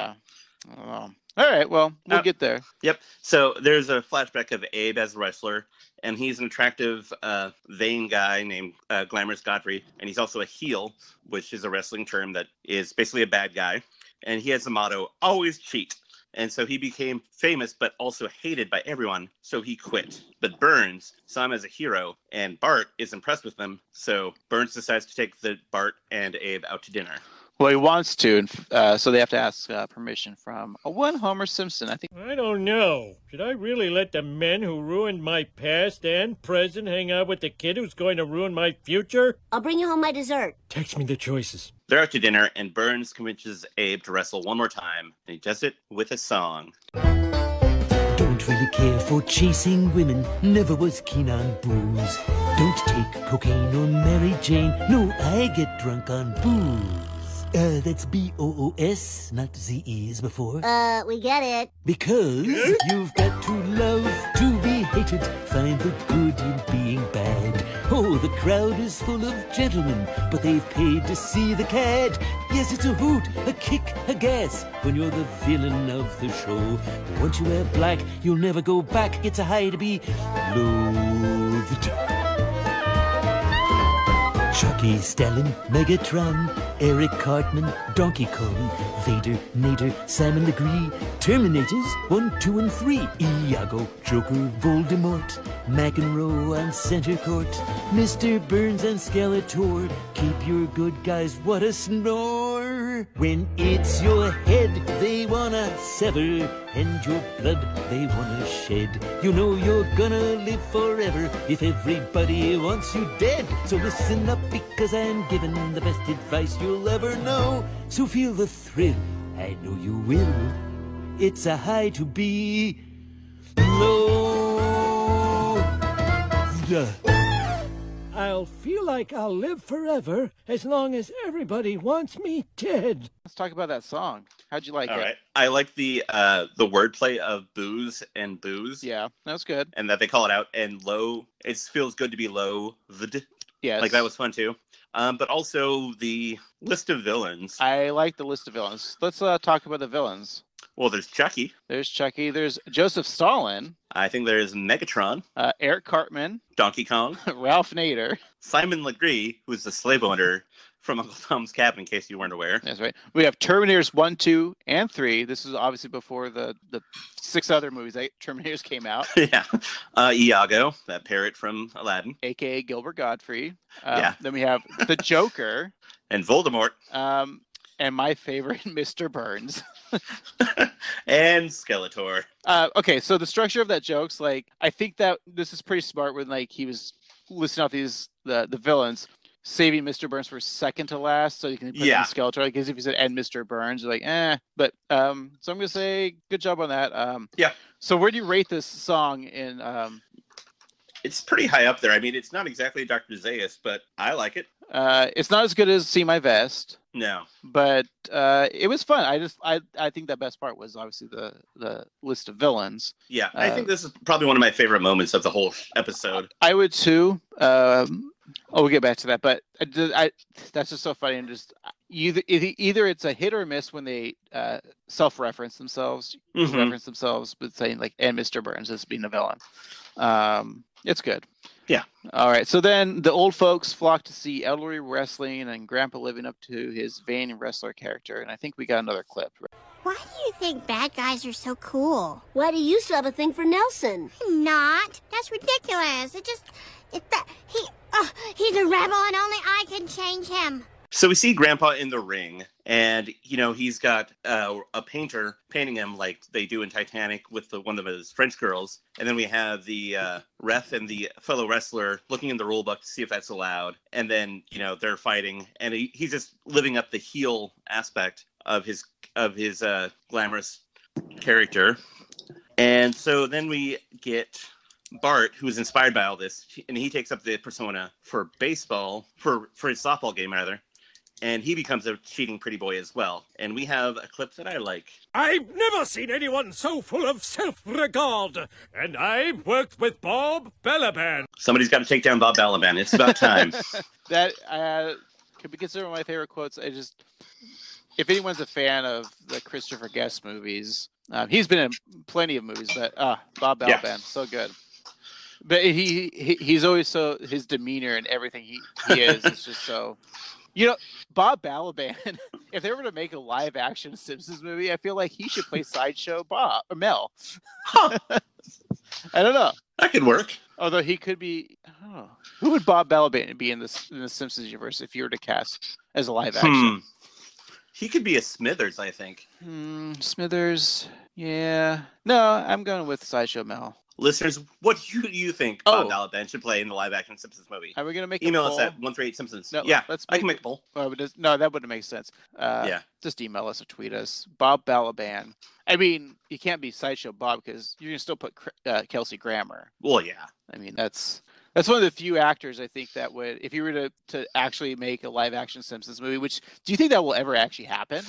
Yeah. I don't know. All right. Well, we'll Uh, get there. Yep. So there's a flashback of Abe as a wrestler, and he's an attractive, uh, vain guy named uh, Glamorous Godfrey, and he's also a heel, which is a wrestling term that is basically a bad guy. And he has the motto, always cheat. And so he became famous, but also hated by everyone, so he quit. But Burns saw him as a hero, and Bart is impressed with him, so Burns decides to take the Bart and Abe out to dinner. Well, he wants to, and uh, so they have to ask uh, permission from uh, one Homer Simpson. I think I don't know. Should I really let the men who ruined my past and present hang out with the kid who's going to ruin my future? I'll bring you home my dessert. Text me the choices. They're out to dinner, and Burns convinces Abe to wrestle one more time, and he does it with a song. Don't really care for chasing women, never was keen on booze. Don't take cocaine or Mary Jane, no, I get drunk on booze. Uh, that's B O O S, not Z E as before. Uh, we get it. Because you've got to love to be hated, find the good in being bad. Oh, the crowd is full of gentlemen, but they've paid to see the cad. Yes, it's a hoot, a kick, a gas when you're the villain of the show. Once you wear black, you'll never go back. It's a high to be loathed. Chucky, Stalin, Megatron, Eric Cartman, Donkey Kong, Vader, Nader, Simon Legree, Terminators 1, 2, and 3, Iago, Joker, Voldemort, McEnroe on center court, Mr. Burns and Skeletor, keep your good guys, what a snore! When it's your head they wanna sever, and your blood they wanna shed, you know you're gonna live forever if everybody wants you dead. So listen up because I'm giving the best advice you'll ever know. So feel the thrill, I know you will. It's a high to be low. I'll feel like I'll live forever as long as everybody wants me dead. let's talk about that song. How'd you like All it? right. I like the uh the wordplay of booze and booze. Yeah, that was good. And that they call it out and low. It feels good to be low. Yeah, Like that was fun too. Um, but also the list of villains. I like the list of villains. Let's uh, talk about the villains. well, there's Chucky. There's Chucky. There's Joseph Stalin. I think there's Megatron, Uh, Eric Cartman. Donkey Kong, Ralph Nader. Simon Legree, who's the slave owner from Uncle Tom's Cabin, in case you weren't aware. That's right. We have Terminators one, two, and three. This is obviously before the the six other movies that Terminators came out, yeah. Uh, Iago, that parrot from Aladdin, aka Gilbert Godfrey. Um, Yeah. Then we have the Joker, and Voldemort, um, and my favorite, Mr. Burns. and Skeletor. Uh, okay, so the structure of that joke's like I think that this is pretty smart when like he was listing off these the the villains. Saving Mr. Burns for second to last, so you can put yeah. Yeah. in Skeletor. Like, because if you said and Mr. Burns, you're like, eh. But um, so I'm gonna say good job on that. Um, Yeah. So where do you rate this song in um It's pretty high up there. I mean, it's not exactly Dr. Zaius, but I like it. Uh, it's not as good as See My Vest, No. but uh, it was fun. I just I I think the best part was obviously the the list of villains. Yeah, I Uh, think this is probably one of my favorite moments of the whole sh- episode. I would too. Um, oh, we'll get back to that, but I, did- I that's just so funny and just either either either it's a hit or miss when they uh, self-reference themselves, Mhm. reference themselves with saying like and Mr. Burns as being a villain. Um, it's good. Yeah. All right. So then the old folks flock to see elderly wrestling and Grandpa living up to his vain wrestler character, and I think we got another clip. Why do you think bad guys are so cool? Why do you still have a thing for Nelson? I'm not. That's ridiculous. It just, it that he, uh, he's a rebel and only I can change him. So we see Grandpa in the ring, and you know he's got uh, a painter painting him like they do in Titanic with the, one of his French girls, and then we have the uh, ref and the fellow wrestler looking in the rule book to see if that's allowed, and then you know they're fighting, and he, he's just living up the heel aspect of his of his uh, glamorous character, and so then we get Bart, who is inspired by all this, and he takes up the persona for baseball for for his softball game rather, and he becomes a cheating pretty boy as well. And we have a clip that I like. I've never seen anyone so full of self regard, and I've worked with Bob Balaban. Somebody's got to take down Bob Balaban. It's about time. that uh, could be considered one of my favorite quotes. I just, if anyone's a fan of the Christopher Guest movies, um, he's been in plenty of movies, but uh, Bob Balaban, Yeah. so good. But he, he he's always so his demeanor and everything he, he is is just so. You know, Bob Balaban. If they were to make a live action Simpsons movie, I feel like he should play sideshow Bob or Mel. I don't know. That could work. Although he could be, I don't know. Who would Bob Balaban be in this in the Simpsons universe if you were to cast as a live action? Hmm. He could be a Smithers, I think. Hmm, Smithers. Yeah. No, I'm going with sideshow Mel. Listeners, what do you think Bob Balaban should play in the live action Simpsons movie? Are we gonna Oh. make a email us poll? at one three eight Simpsons? No, yeah, let's I can make- make a poll. Oh, but does- no, that wouldn't make sense. Uh, Yeah. Just email us or tweet us. Bob Balaban. I mean, you can't be sideshow Bob because you're gonna still put Cr- uh, Kelsey Grammer. Well, yeah. I mean, that's that's one of the few actors I think that would, if you were to to actually make a live action Simpsons movie. Which do you think that will ever actually happen?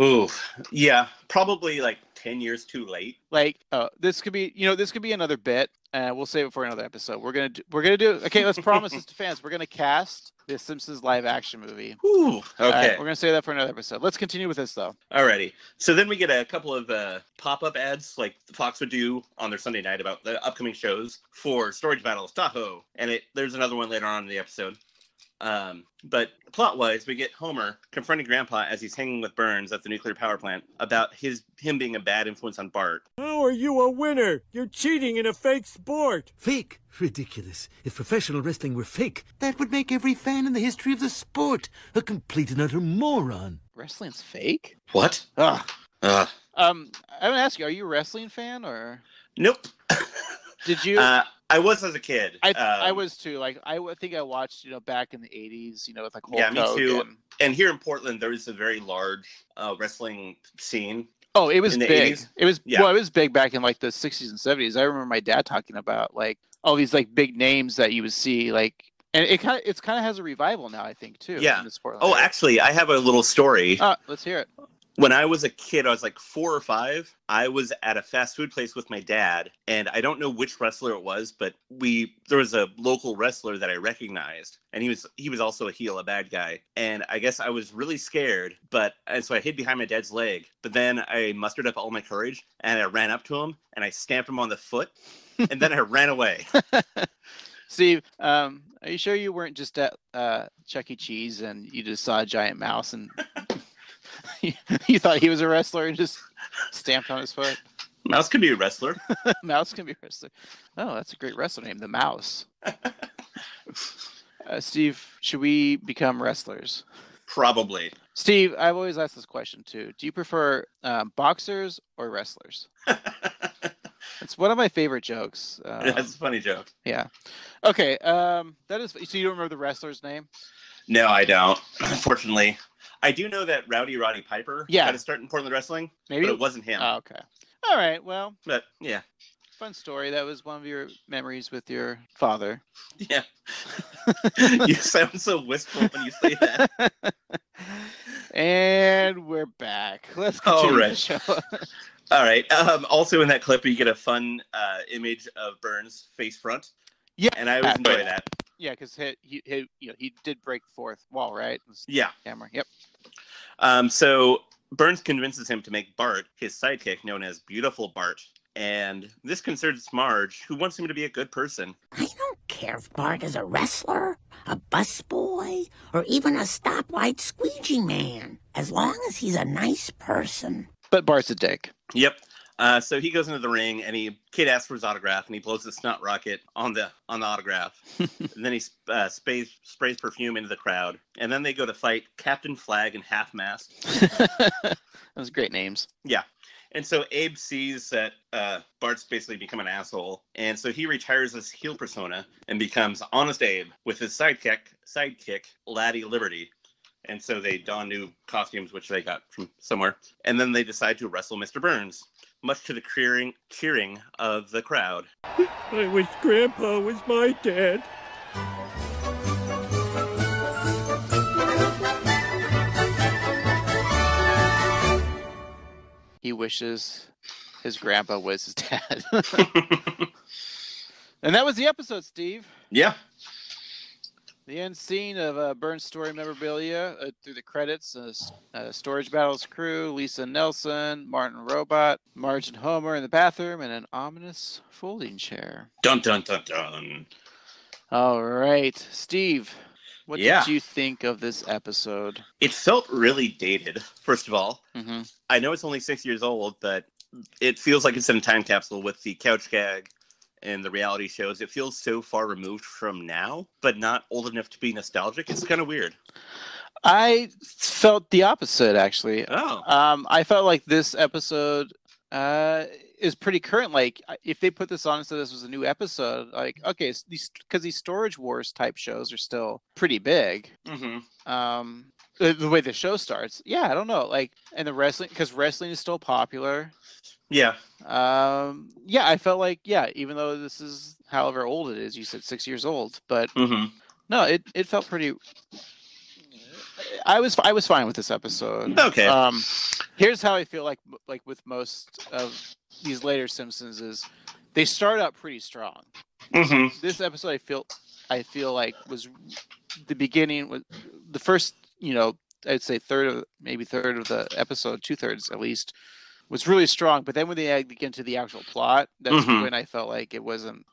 Ooh, yeah, probably like ten years too late. like oh this could be you know this could be another bit uh, we'll save it for another episode we're gonna do, we're gonna do okay let's promise this to fans we're gonna cast the simpsons live action movie Ooh, All right, okay. we're gonna save that for another episode let's continue with this though Alrighty. So then we get a couple of uh, pop-up ads like Fox would do on their Sunday night about the upcoming shows for Storage Battles Tahoe, and it there's another one later on in the episode. Um, but plot-wise, we get Homer confronting Grandpa as he's hanging with Burns at the nuclear power plant about his him being a bad influence on Bart. How are you a winner? You're cheating in a fake sport. Fake? Ridiculous. If professional wrestling were fake, that would make every fan in the history of the sport a complete and utter moron. wrestling's fake What? Ugh. Ugh. um i'm gonna ask you are you a wrestling fan or Nope. Did you? Uh, I was as a kid. i i Um, was too like i w- think i watched you know back in the 80s you know with like Hulk Yeah, me too. Hogan. And here in Portland, there is a very large uh, wrestling scene. Oh, it was in the big. 80s. It was Yeah. well, it was big back in like the sixties and seventies. I remember my dad talking about like all these like big names that you would see like, and it kind of it's kind of has a revival now. I think too. Yeah. In the sport Oh, actually, I have a little story. Uh, let's hear it. When I was a kid, I was like four or five. I was at a fast food place with my dad, and I don't know which wrestler it was, but we there was a local wrestler that I recognized, and he was he was also a heel, a bad guy. And I guess I was really scared, but and so I hid behind my dad's leg. But then I mustered up all my courage, and I ran up to him, and I stamped him on the foot, and then I ran away. Steve, um, are you sure you weren't just at uh, Chuck E. Cheese and you just saw a giant mouse and you thought he was a wrestler and just stamped on his foot? Mouse could be a wrestler. Mouse can be a wrestler. Oh, that's a great wrestler name, the Mouse. uh, Steve, should we become wrestlers? Probably. Steve, I've always asked this question too. Do you prefer um, boxers or wrestlers? it's one of my favorite jokes. Um, That's a funny joke. yeah. Okay. Um, that is. So you don't remember the wrestler's name? No, I don't. Unfortunately, I do know that Rowdy Roddy Piper Yeah. had to start in Portland wrestling. Maybe- but it wasn't him. Oh, okay. All right. Well, But yeah, fun story. That was one of your memories with your father. yeah. you sound so wistful when you say that. And we're back. Let's All continue the right. show. All right. Um, also, in that clip, you get a fun uh, image of Burns face front. Yeah, and I always enjoy that. yeah, because he, he, he, you know, he did break the fourth wall, right? Yeah. Camera. Yep. Um, so Burns convinces him to make Bart his sidekick, known as Beautiful Bart, and this concerns Marge, who wants him to be a good person. Care if Bart is a wrestler, a busboy, or even a stoplight squeegee man, as long as he's a nice person. But Bart's a dick. Yep. Uh, so he goes into the ring and he kid asks for his autograph and he blows the snot rocket on the on the autograph. and then he sp- uh, sprays sprays perfume into the crowd. And then they go to fight Captain Flag and Half Mast. Those great names. Yeah. And so Abe sees that uh, Bart's basically become an asshole, and so he retires his heel persona and becomes Honest Abe with his sidekick, sidekick Laddie Liberty. And so they don new costumes, which they got from somewhere, and then they decide to wrestle Mr. Burns, much to the cheering cheering of the crowd. I wish Grandpa was my dad. He wishes his grandpa was his dad. and that was the episode, Steve. Yeah. The end scene of uh, Burns' story memorabilia uh, through the credits: uh, s- uh, Storage Battles crew, Lisa Nelson, Martin Robot, Marge and Homer in the bathroom, and an ominous folding chair. Dun dun dun dun. All right, Steve. What Yeah. did you think of this episode? It felt really dated. First of all, hmm I know it's only six years old, but it feels like it's in a time capsule with the couch gag and the reality shows. It feels so far removed from now, but not old enough to be nostalgic. It's kind of weird. I felt the opposite, actually. Oh. Um, I felt like this episode uh, is pretty current. Like, I- if they put this on and said this was a new episode, like, okay, s- these because these Storage Wars type shows are still pretty big. Mm-hmm. Um, the, the way the show starts, yeah, I don't know. Like, and the wrestling because wrestling is still popular. Yeah. Um, yeah, I felt like yeah, even though this is however old it is, you said six years old, but Mhm. no, it it felt pretty. I was I was fine with this episode. Okay. Um, here's how I feel like like with most of these later Simpsons is they start out pretty strong. Mm-hmm. This episode I feel I feel like was the beginning was the first you know I'd say third of maybe third of the episode, two thirds at least was really strong. But then when they ag- get into the actual plot, that's Mhm. when I felt like it wasn't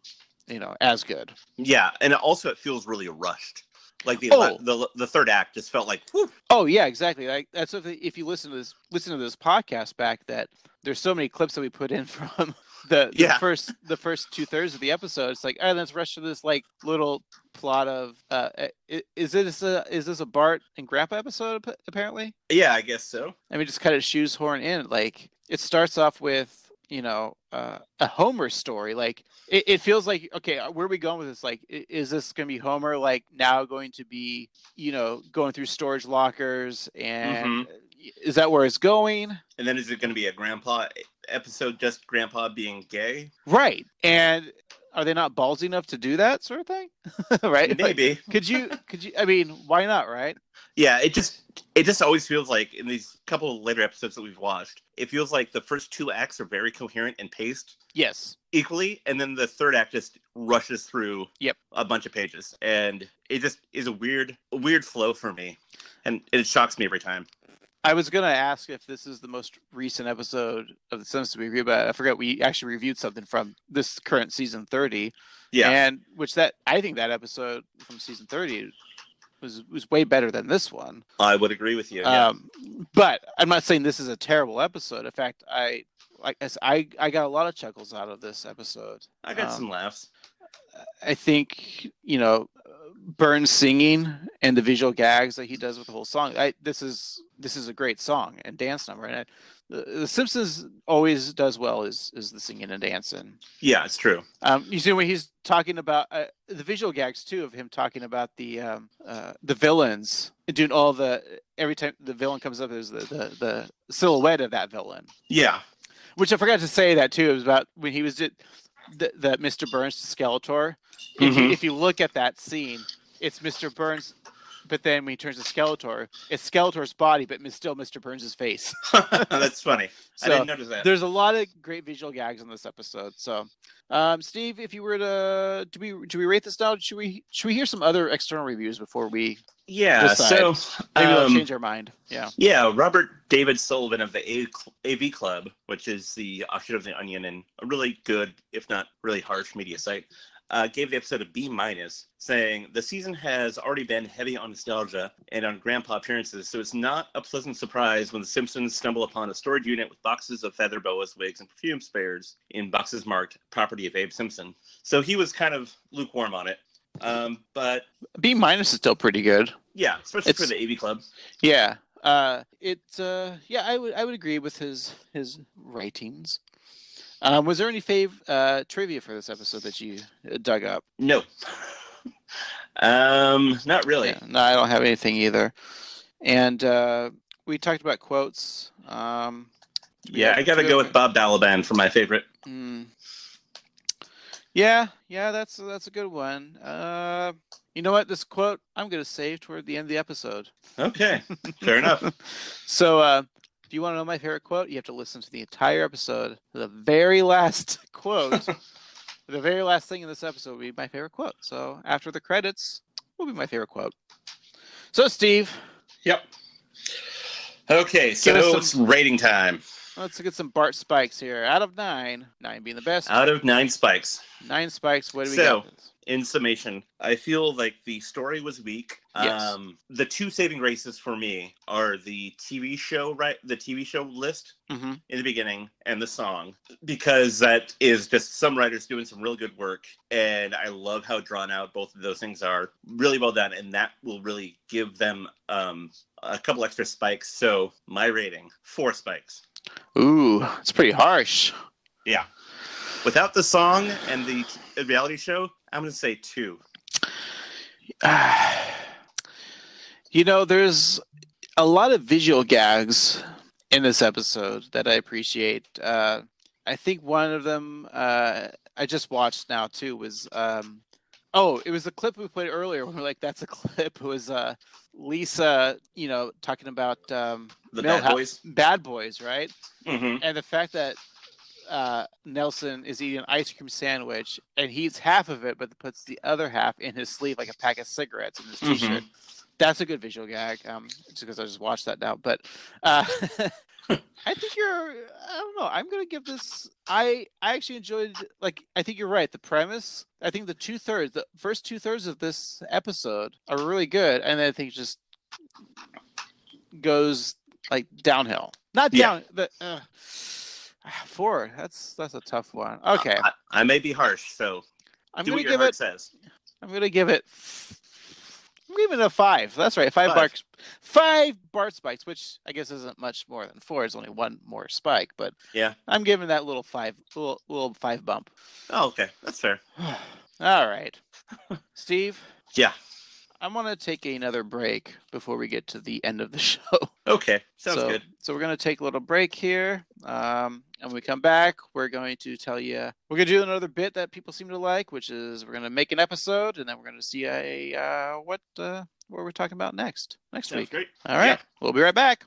you know as good. Yeah, and also it feels really rushed. Like the Oh. the, the third act just felt like whew, Oh yeah, exactly. Like that's if, if you listen to this listen to this podcast back that there's so many clips that we put in from the, the Yeah. first the first two thirds of the episode. It's like, all right, let's rush to this like little plot of uh, i- is this a is this a Bart and Grandpa episode ap- apparently? yeah, I guess so. I mean, just kind of shoehorn in. Like it starts off with you know uh, a Homer story. Like it, it feels like okay, uh, where are we going with this? Like, i- is this gonna be Homer like now going to be you know going through storage lockers and is that where it's going? And then is it going to be a grandpa e-, episode just grandpa being gay? Right. And are they not ballsy enough to do that sort of thing? right? Like, Maybe. could you? Could you? I mean, why not? Right? Yeah, it just it just always feels like in these couple of later episodes that we've watched, it feels like the first two acts are very coherent and paced Yes. equally, and then the third act just rushes through Yep. a bunch of pages, and it just is a weird a weird flow for me, and it shocks me every time. I was gonna ask if this is the most recent episode of The Simpsons we reviewed, but I forgot we actually reviewed something from this current season thirty. Yeah. and which that I think that episode from season thirty was was way better than this one. I would agree with you. Yeah. Um, but I'm not saying this is a terrible episode. In fact, I like I s- I, I got a lot of chuckles out of this episode. I got um, some laughs. I think you know Burns singing and the visual gags that he does with the whole song. I this is this is a great song and dance number, and I, the, the Simpsons always does well is is the singing and dancing. Yeah, it's true. Um, you see when he's talking about uh, the visual gags too of him talking about the um, uh, the villains and doing all the every time the villain comes up, there's the, the the silhouette of that villain Yeah. which I forgot to say that too. It was about when he was did the, the Mr. Burns to Skeletor. If, you, Mhm. if you look at that scene, it's Mr. Burns, but then when he turns to Skeletor, it's Skeletor's body, but it's still Mr. Burns' face. That's funny. I So, didn't notice that. There's a lot of great visual gags on this episode. So, um, Steve, if you were to do we do we rate this now? Should we should we hear some other external reviews before we Yeah, decide? so maybe we'll um, change our mind? Yeah. Yeah, Robert David Sullivan of the A- Cl- AV uh, Club, which is the offshoot of the Onion and a really good, if not really harsh, media site, uh, gave the episode a B minus, saying the season has already been heavy on nostalgia and on grandpa appearances, so it's not a pleasant surprise when the Simpsons stumble upon a storage unit with boxes of feather boas, wigs, and perfume spares in boxes marked "property of Abe Simpson." So he was kind of lukewarm on it, um, but B minus is still pretty good. yeah, especially for It's- the AV Club. Yeah. Uh, it's uh, yeah. I would I would agree with his his writings. Um, was there any fav uh, trivia for this episode that you uh, dug up? No. um, not really. no, I don't have anything either. And uh, we talked about quotes. Um, Yeah, I gotta go with Bob Balaban for my favorite. mm, yeah, yeah, that's that's a good one. Uh, you know what? This quote I'm gonna save toward the end of the episode. Okay, fair enough. So, uh, if you want to know my favorite quote, you have to listen to the entire episode. The very last quote, the very last thing in this episode will be my favorite quote. So, after the credits, will be my favorite quote. So, Steve, Yep. Okay, so us some- it's rating time. let's get some Bart spikes here. Out of nine, nine being the best. Out of nine spikes. nine spikes, what do we so, got? in summation, I feel like the story was weak. Yes. Um, the two saving graces for me are the TV show, right? The TV show list Mm-hmm. in the beginning and the song because that is just some writers doing some real good work and i love how drawn out both of those things are really well done and that will really give them um, a couple extra spikes so my rating four spikes Ooh, it's pretty harsh. yeah without the song and the t- reality show i'm gonna say two You know, there's a lot of visual gags in this episode that I appreciate. Uh, I think one of them uh, I just watched now too was um, oh, it was the clip we played earlier when we are like, "That's a clip." It was uh, Lisa, you know, talking about um, The Bad Millhou- Boys. Bad Boys, right? Mhm. And the fact that uh, Nelson is eating an ice cream sandwich and he eats half of it, but puts the other half in his sleeve like a pack of cigarettes in his Mhm. t-shirt. That's a good visual gag. Um, just because I just watched that now, but uh, I think you're. I don't know. I'm gonna give this. I I actually enjoyed. Like I think you're right. The premise. I think the two thirds, the first two thirds of this episode are really good, and then I think it just goes like downhill. Not Yeah. down. The uh, ah, four. That's that's a tough one. Okay. i, I may be harsh so I'm do gonna what your give it- heart says I'm gonna give it. I'm giving it a five. That's right, five, Five. barks, five Bart spikes, which I guess isn't much more than four. It's only one more spike, but yeah I'm giving that little five, little, little five bump. oh okay that's fair All right, Steve, yeah I'm gonna take another break before we get to the end of the show. okay sounds so, good So we're gonna take a little break here, um, and when we come back, we're going to tell you we're gonna do another bit that people seem to like, which is we're gonna make an episode, and then we're gonna see a uh, what uh, what we're talking about next next Sounds week. great. All right, we'll be right back.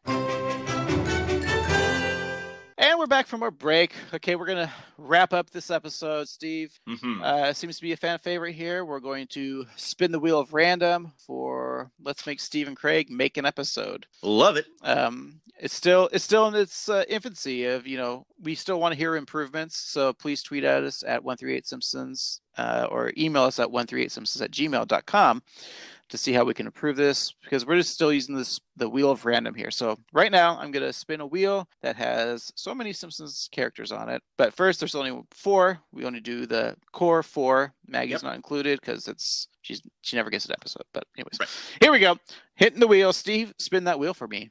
And we're back from our break. Okay, we're gonna wrap up this episode, Steve. Mhm. Uh, seems to be a fan favorite here. We're going to spin the wheel of random for let's make Steve and Craig make an episode. love it Um, it's still it's still in its uh, infancy of you know we still want to hear improvements. So please tweet at us at one three eight Simpsons uh, or email us at one three eight Simpsons at gmail.com to see how we can improve this because we're just still using this the wheel of random here. So right now I'm gonna spin a wheel that has so many Simpsons characters on it. But first there's only four. We only do the core four. Maggie's Yep. not included because it's she's she never gets an episode. But anyways, here we go. Hitting the wheel, Steve. Spin that wheel for me.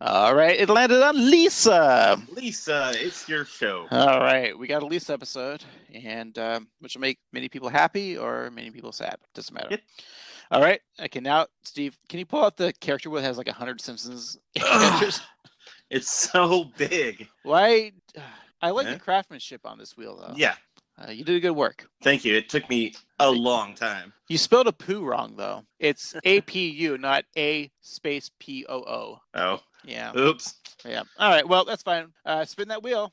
All right, it landed on Lisa. lisa it's your show All right, we got a Lisa episode, and um, which will make many people happy or many people sad. Doesn't matter. Yep. All right. Okay, now Steve, can you pull out the character wheel that has like hundred Simpsons characters? It's so big. Why? I like Yeah. the craftsmanship on this wheel, though. Yeah. Uh, you did good work. Thank you. It took me a long time. You spelled a poo wrong though. It's A P U, not A space P O O. Oh. Yeah. Oops. Yeah. All right. Well, that's fine. Uh, spin that wheel.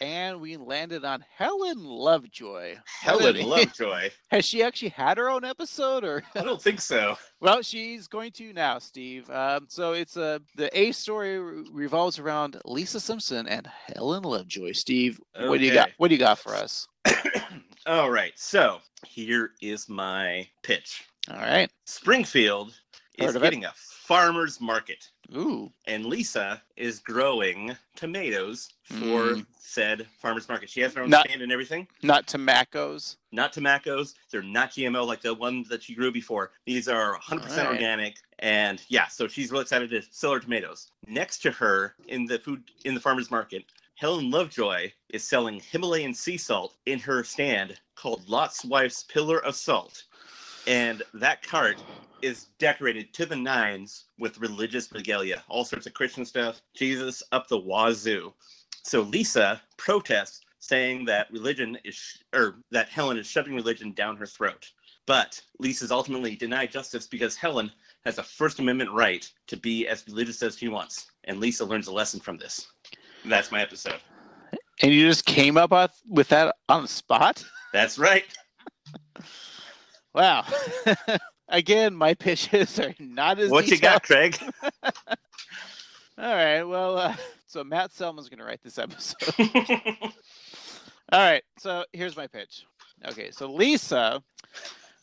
And we landed on Helen Lovejoy. Helen Lovejoy. Has she actually had her own episode, or I don't think so. Well, she's going to now, Steve. Um, so it's uh, the A story re- revolves around Lisa Simpson and Helen Lovejoy. Steve, what do you Okay. got? What do you got for us? All right, so here is my pitch. All right. Springfield is Heard of it. getting a farmer's market. Ooh. And Lisa is growing tomatoes for Mm. said farmer's market. She has her own Not- stand and everything. Not tomaccos. Not tomatoes. They're not GMO like the ones that she grew before. These are 100% All right. organic. And yeah, so she's really excited to sell her tomatoes. Next to her in the food in the farmer's market, Helen Lovejoy is selling Himalayan sea salt in her stand called Lot's Wife's Pillar of Salt. And that cart is decorated to the nines with religious regalia, all sorts of Christian stuff, Jesus up the wazoo. So Lisa protests, saying that religion is, sh- or that Helen is shoving religion down her throat. But Lisa is ultimately denied justice because Helen has a First Amendment right to be as religious as she wants. And Lisa learns a lesson from this. And that's my episode. And you just came up with- with that on the spot? That's right. Wow. Again, my pitches are not as What you got, detailed. Craig? All right. Well, uh, so Matt Selman's going to write this episode. All right. So here's my pitch. Okay. So Lisa.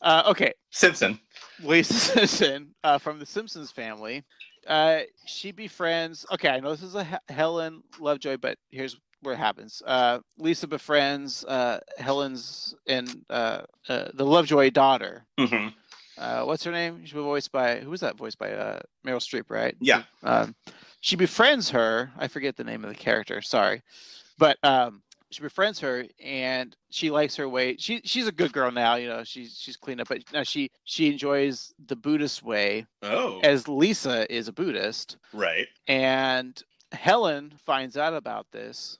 Uh, okay. Simpson. Lisa Simpson uh, from the Simpsons family. Uh, she befriends. Okay, I know this is a He- Helen Lovejoy, but here's where it happens. Uh, Lisa befriends uh, Helen's and uh, uh, the Lovejoy daughter. Mhm. Uh, what's her name? She was voiced by who was that voiced by? Uh, Meryl Streep, right? Yeah. Um, she befriends her. I forget the name of the character. Sorry, but um, she befriends her, and she likes her way. She she's a good girl now. You know, she's she's cleaned up, but now she she enjoys the Buddhist way. Oh. As Lisa is a Buddhist, Right. and Helen finds out about this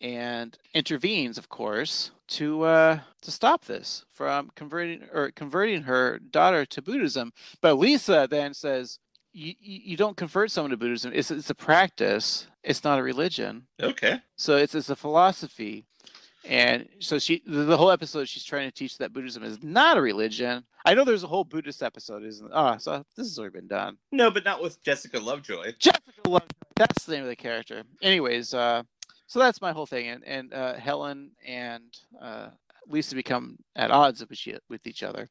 and intervenes, of course, to uh, to stop this from converting or converting her daughter to Buddhism. But Lisa then says, "You you you don't convert someone to Buddhism. It's it's a practice. It's not a religion. Okay. So it's it's a philosophy." And so she, the the whole episode, she's trying to teach that Buddhism is not a religion. I know there's a whole Buddhist episode, isn't? Ah, so this has already been done. No, but not with Jessica Lovejoy. Jessica Lovejoy. That's the name of the character. Anyways, uh, so that's my whole thing. And, and uh, Helen and uh, Lisa become at odds with each- with each other.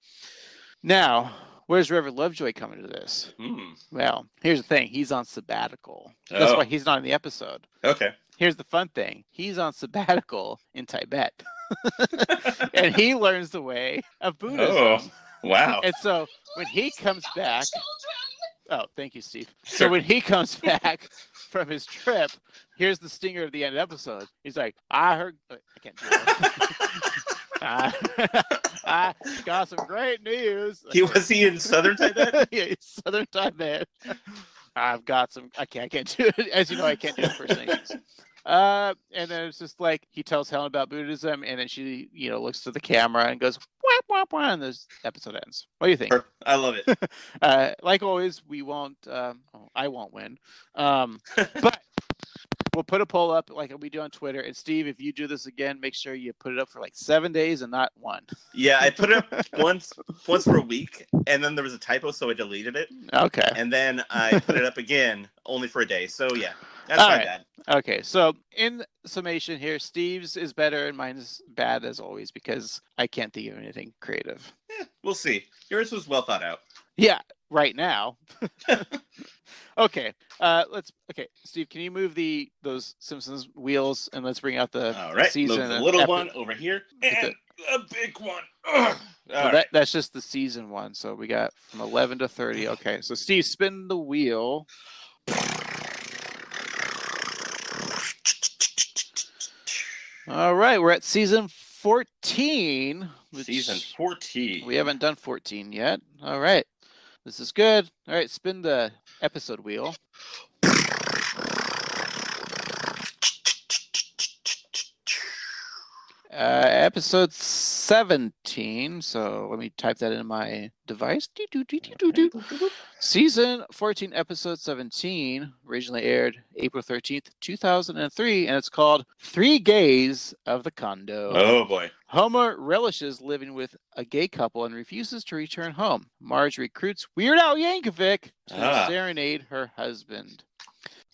Now, where's Reverend Lovejoy coming to this? Hmm. Well, here's the thing he's on sabbatical. That's Oh. why he's not in the episode. Okay. Here's the fun thing he's on sabbatical in Tibet. and he learns the way of Buddhism. Oh, wow. And so when he comes back. Oh, thank you, Steve. So Sure. when he comes back from his trip, here's the stinger of the end of the episode. He's like, I heard. uh, I can't do it. I, I got some great news. He was he in Southern Tibet? yeah, he's Southern Tibet. I've got some. I can't, I can't do it. As you know, I can't do impersonations. Uh, and then it's just like he tells Helen about Buddhism, and then she, you know, looks to the camera and goes, wah, wah, wah, and this episode ends. What do you think? I love it. uh, like always, we won't. Um, oh, I won't win. Um, but we'll put a poll up like we do on Twitter. And Steve, if you do this again, make sure you put it up for like seven days and not one. Yeah, I put it up once once for a week, and then there was a typo, so I deleted it. Okay. And then I put it up again, only for a day. So yeah, that's All my right. bad. Okay, so in summation here, Steve's is better and mine is bad as always because I can't think of anything creative. We'll see. Yours was well thought out. Yeah, right now. okay, uh, let's. Okay, Steve, can you move the those Simpsons wheels and let's bring out the All right, season move the and little epi- one over here and a big one. So that, That's just the season one. So we got from 11 to 30. Okay. So, Steve, spin the wheel. All right. We're at season 14. Season 14. We haven't done 14 yet. All right. This is good. All right. Spin the episode wheel. Uh, episode 17. So let me type that in my device. Doo, doo, doo, doo, doo, doo. Season 14, episode 17, originally aired April 13th, 2003, and it's called Three Gays of the Condo. Oh, boy. Homer relishes living with a gay couple and refuses to return home. Marge recruits Weird Al Yankovic to Ah. serenade her husband.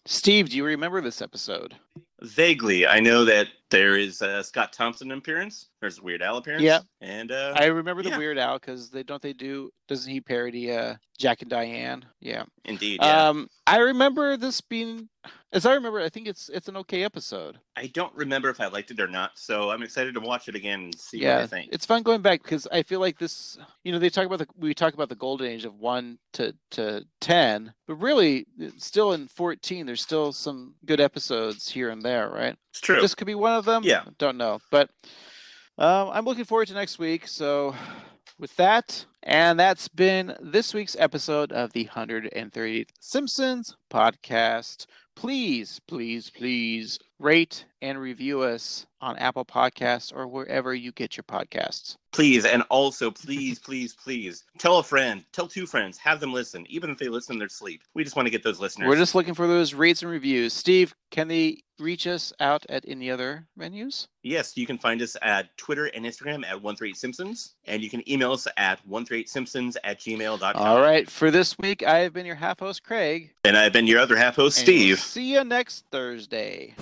Steve, do you remember this episode? Vaguely, I know that there is uh, Scott Thompson appearance. There's a Weird Al appearance. Yeah. and uh, I remember the yeah. Weird Al because they don't they do doesn't he parody uh Jack and Diane? Yeah. Indeed. Yeah. Um, I remember this being, as I remember, I think it's it's an okay episode. I don't remember if I liked it or not, so I'm excited to watch it again and see what I yeah, think. it's fun going back because I feel like this. You know, they talk about the we talk about the golden age of one to to ten, but really, it's still in fourteen, there's still some good episodes here and there, right? It's true. This could be one of them. Yeah. don't know, but um, I'm looking forward to next week. So, with that, and that's been this week's episode of the 130th Simpsons podcast. Please, please, please rate and review us on Apple Podcasts or wherever you get your podcasts. Please, and also please, please, please tell a friend, tell two friends, have them listen, even if they listen in their sleep. We just want to get those listeners. We're just looking for those rates and reviews. Steve, can they reach us out at any other venues? Yes, you can find us at Twitter and Instagram at 138simpsons, and you can email us at 138simpsons at gmail.com. All right. For this week, I have been your half host, Craig. And I've been your other half host, and we'll Steve. See you next Thursday.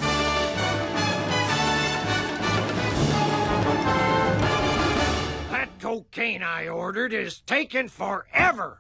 That cocaine I ordered is taking forever.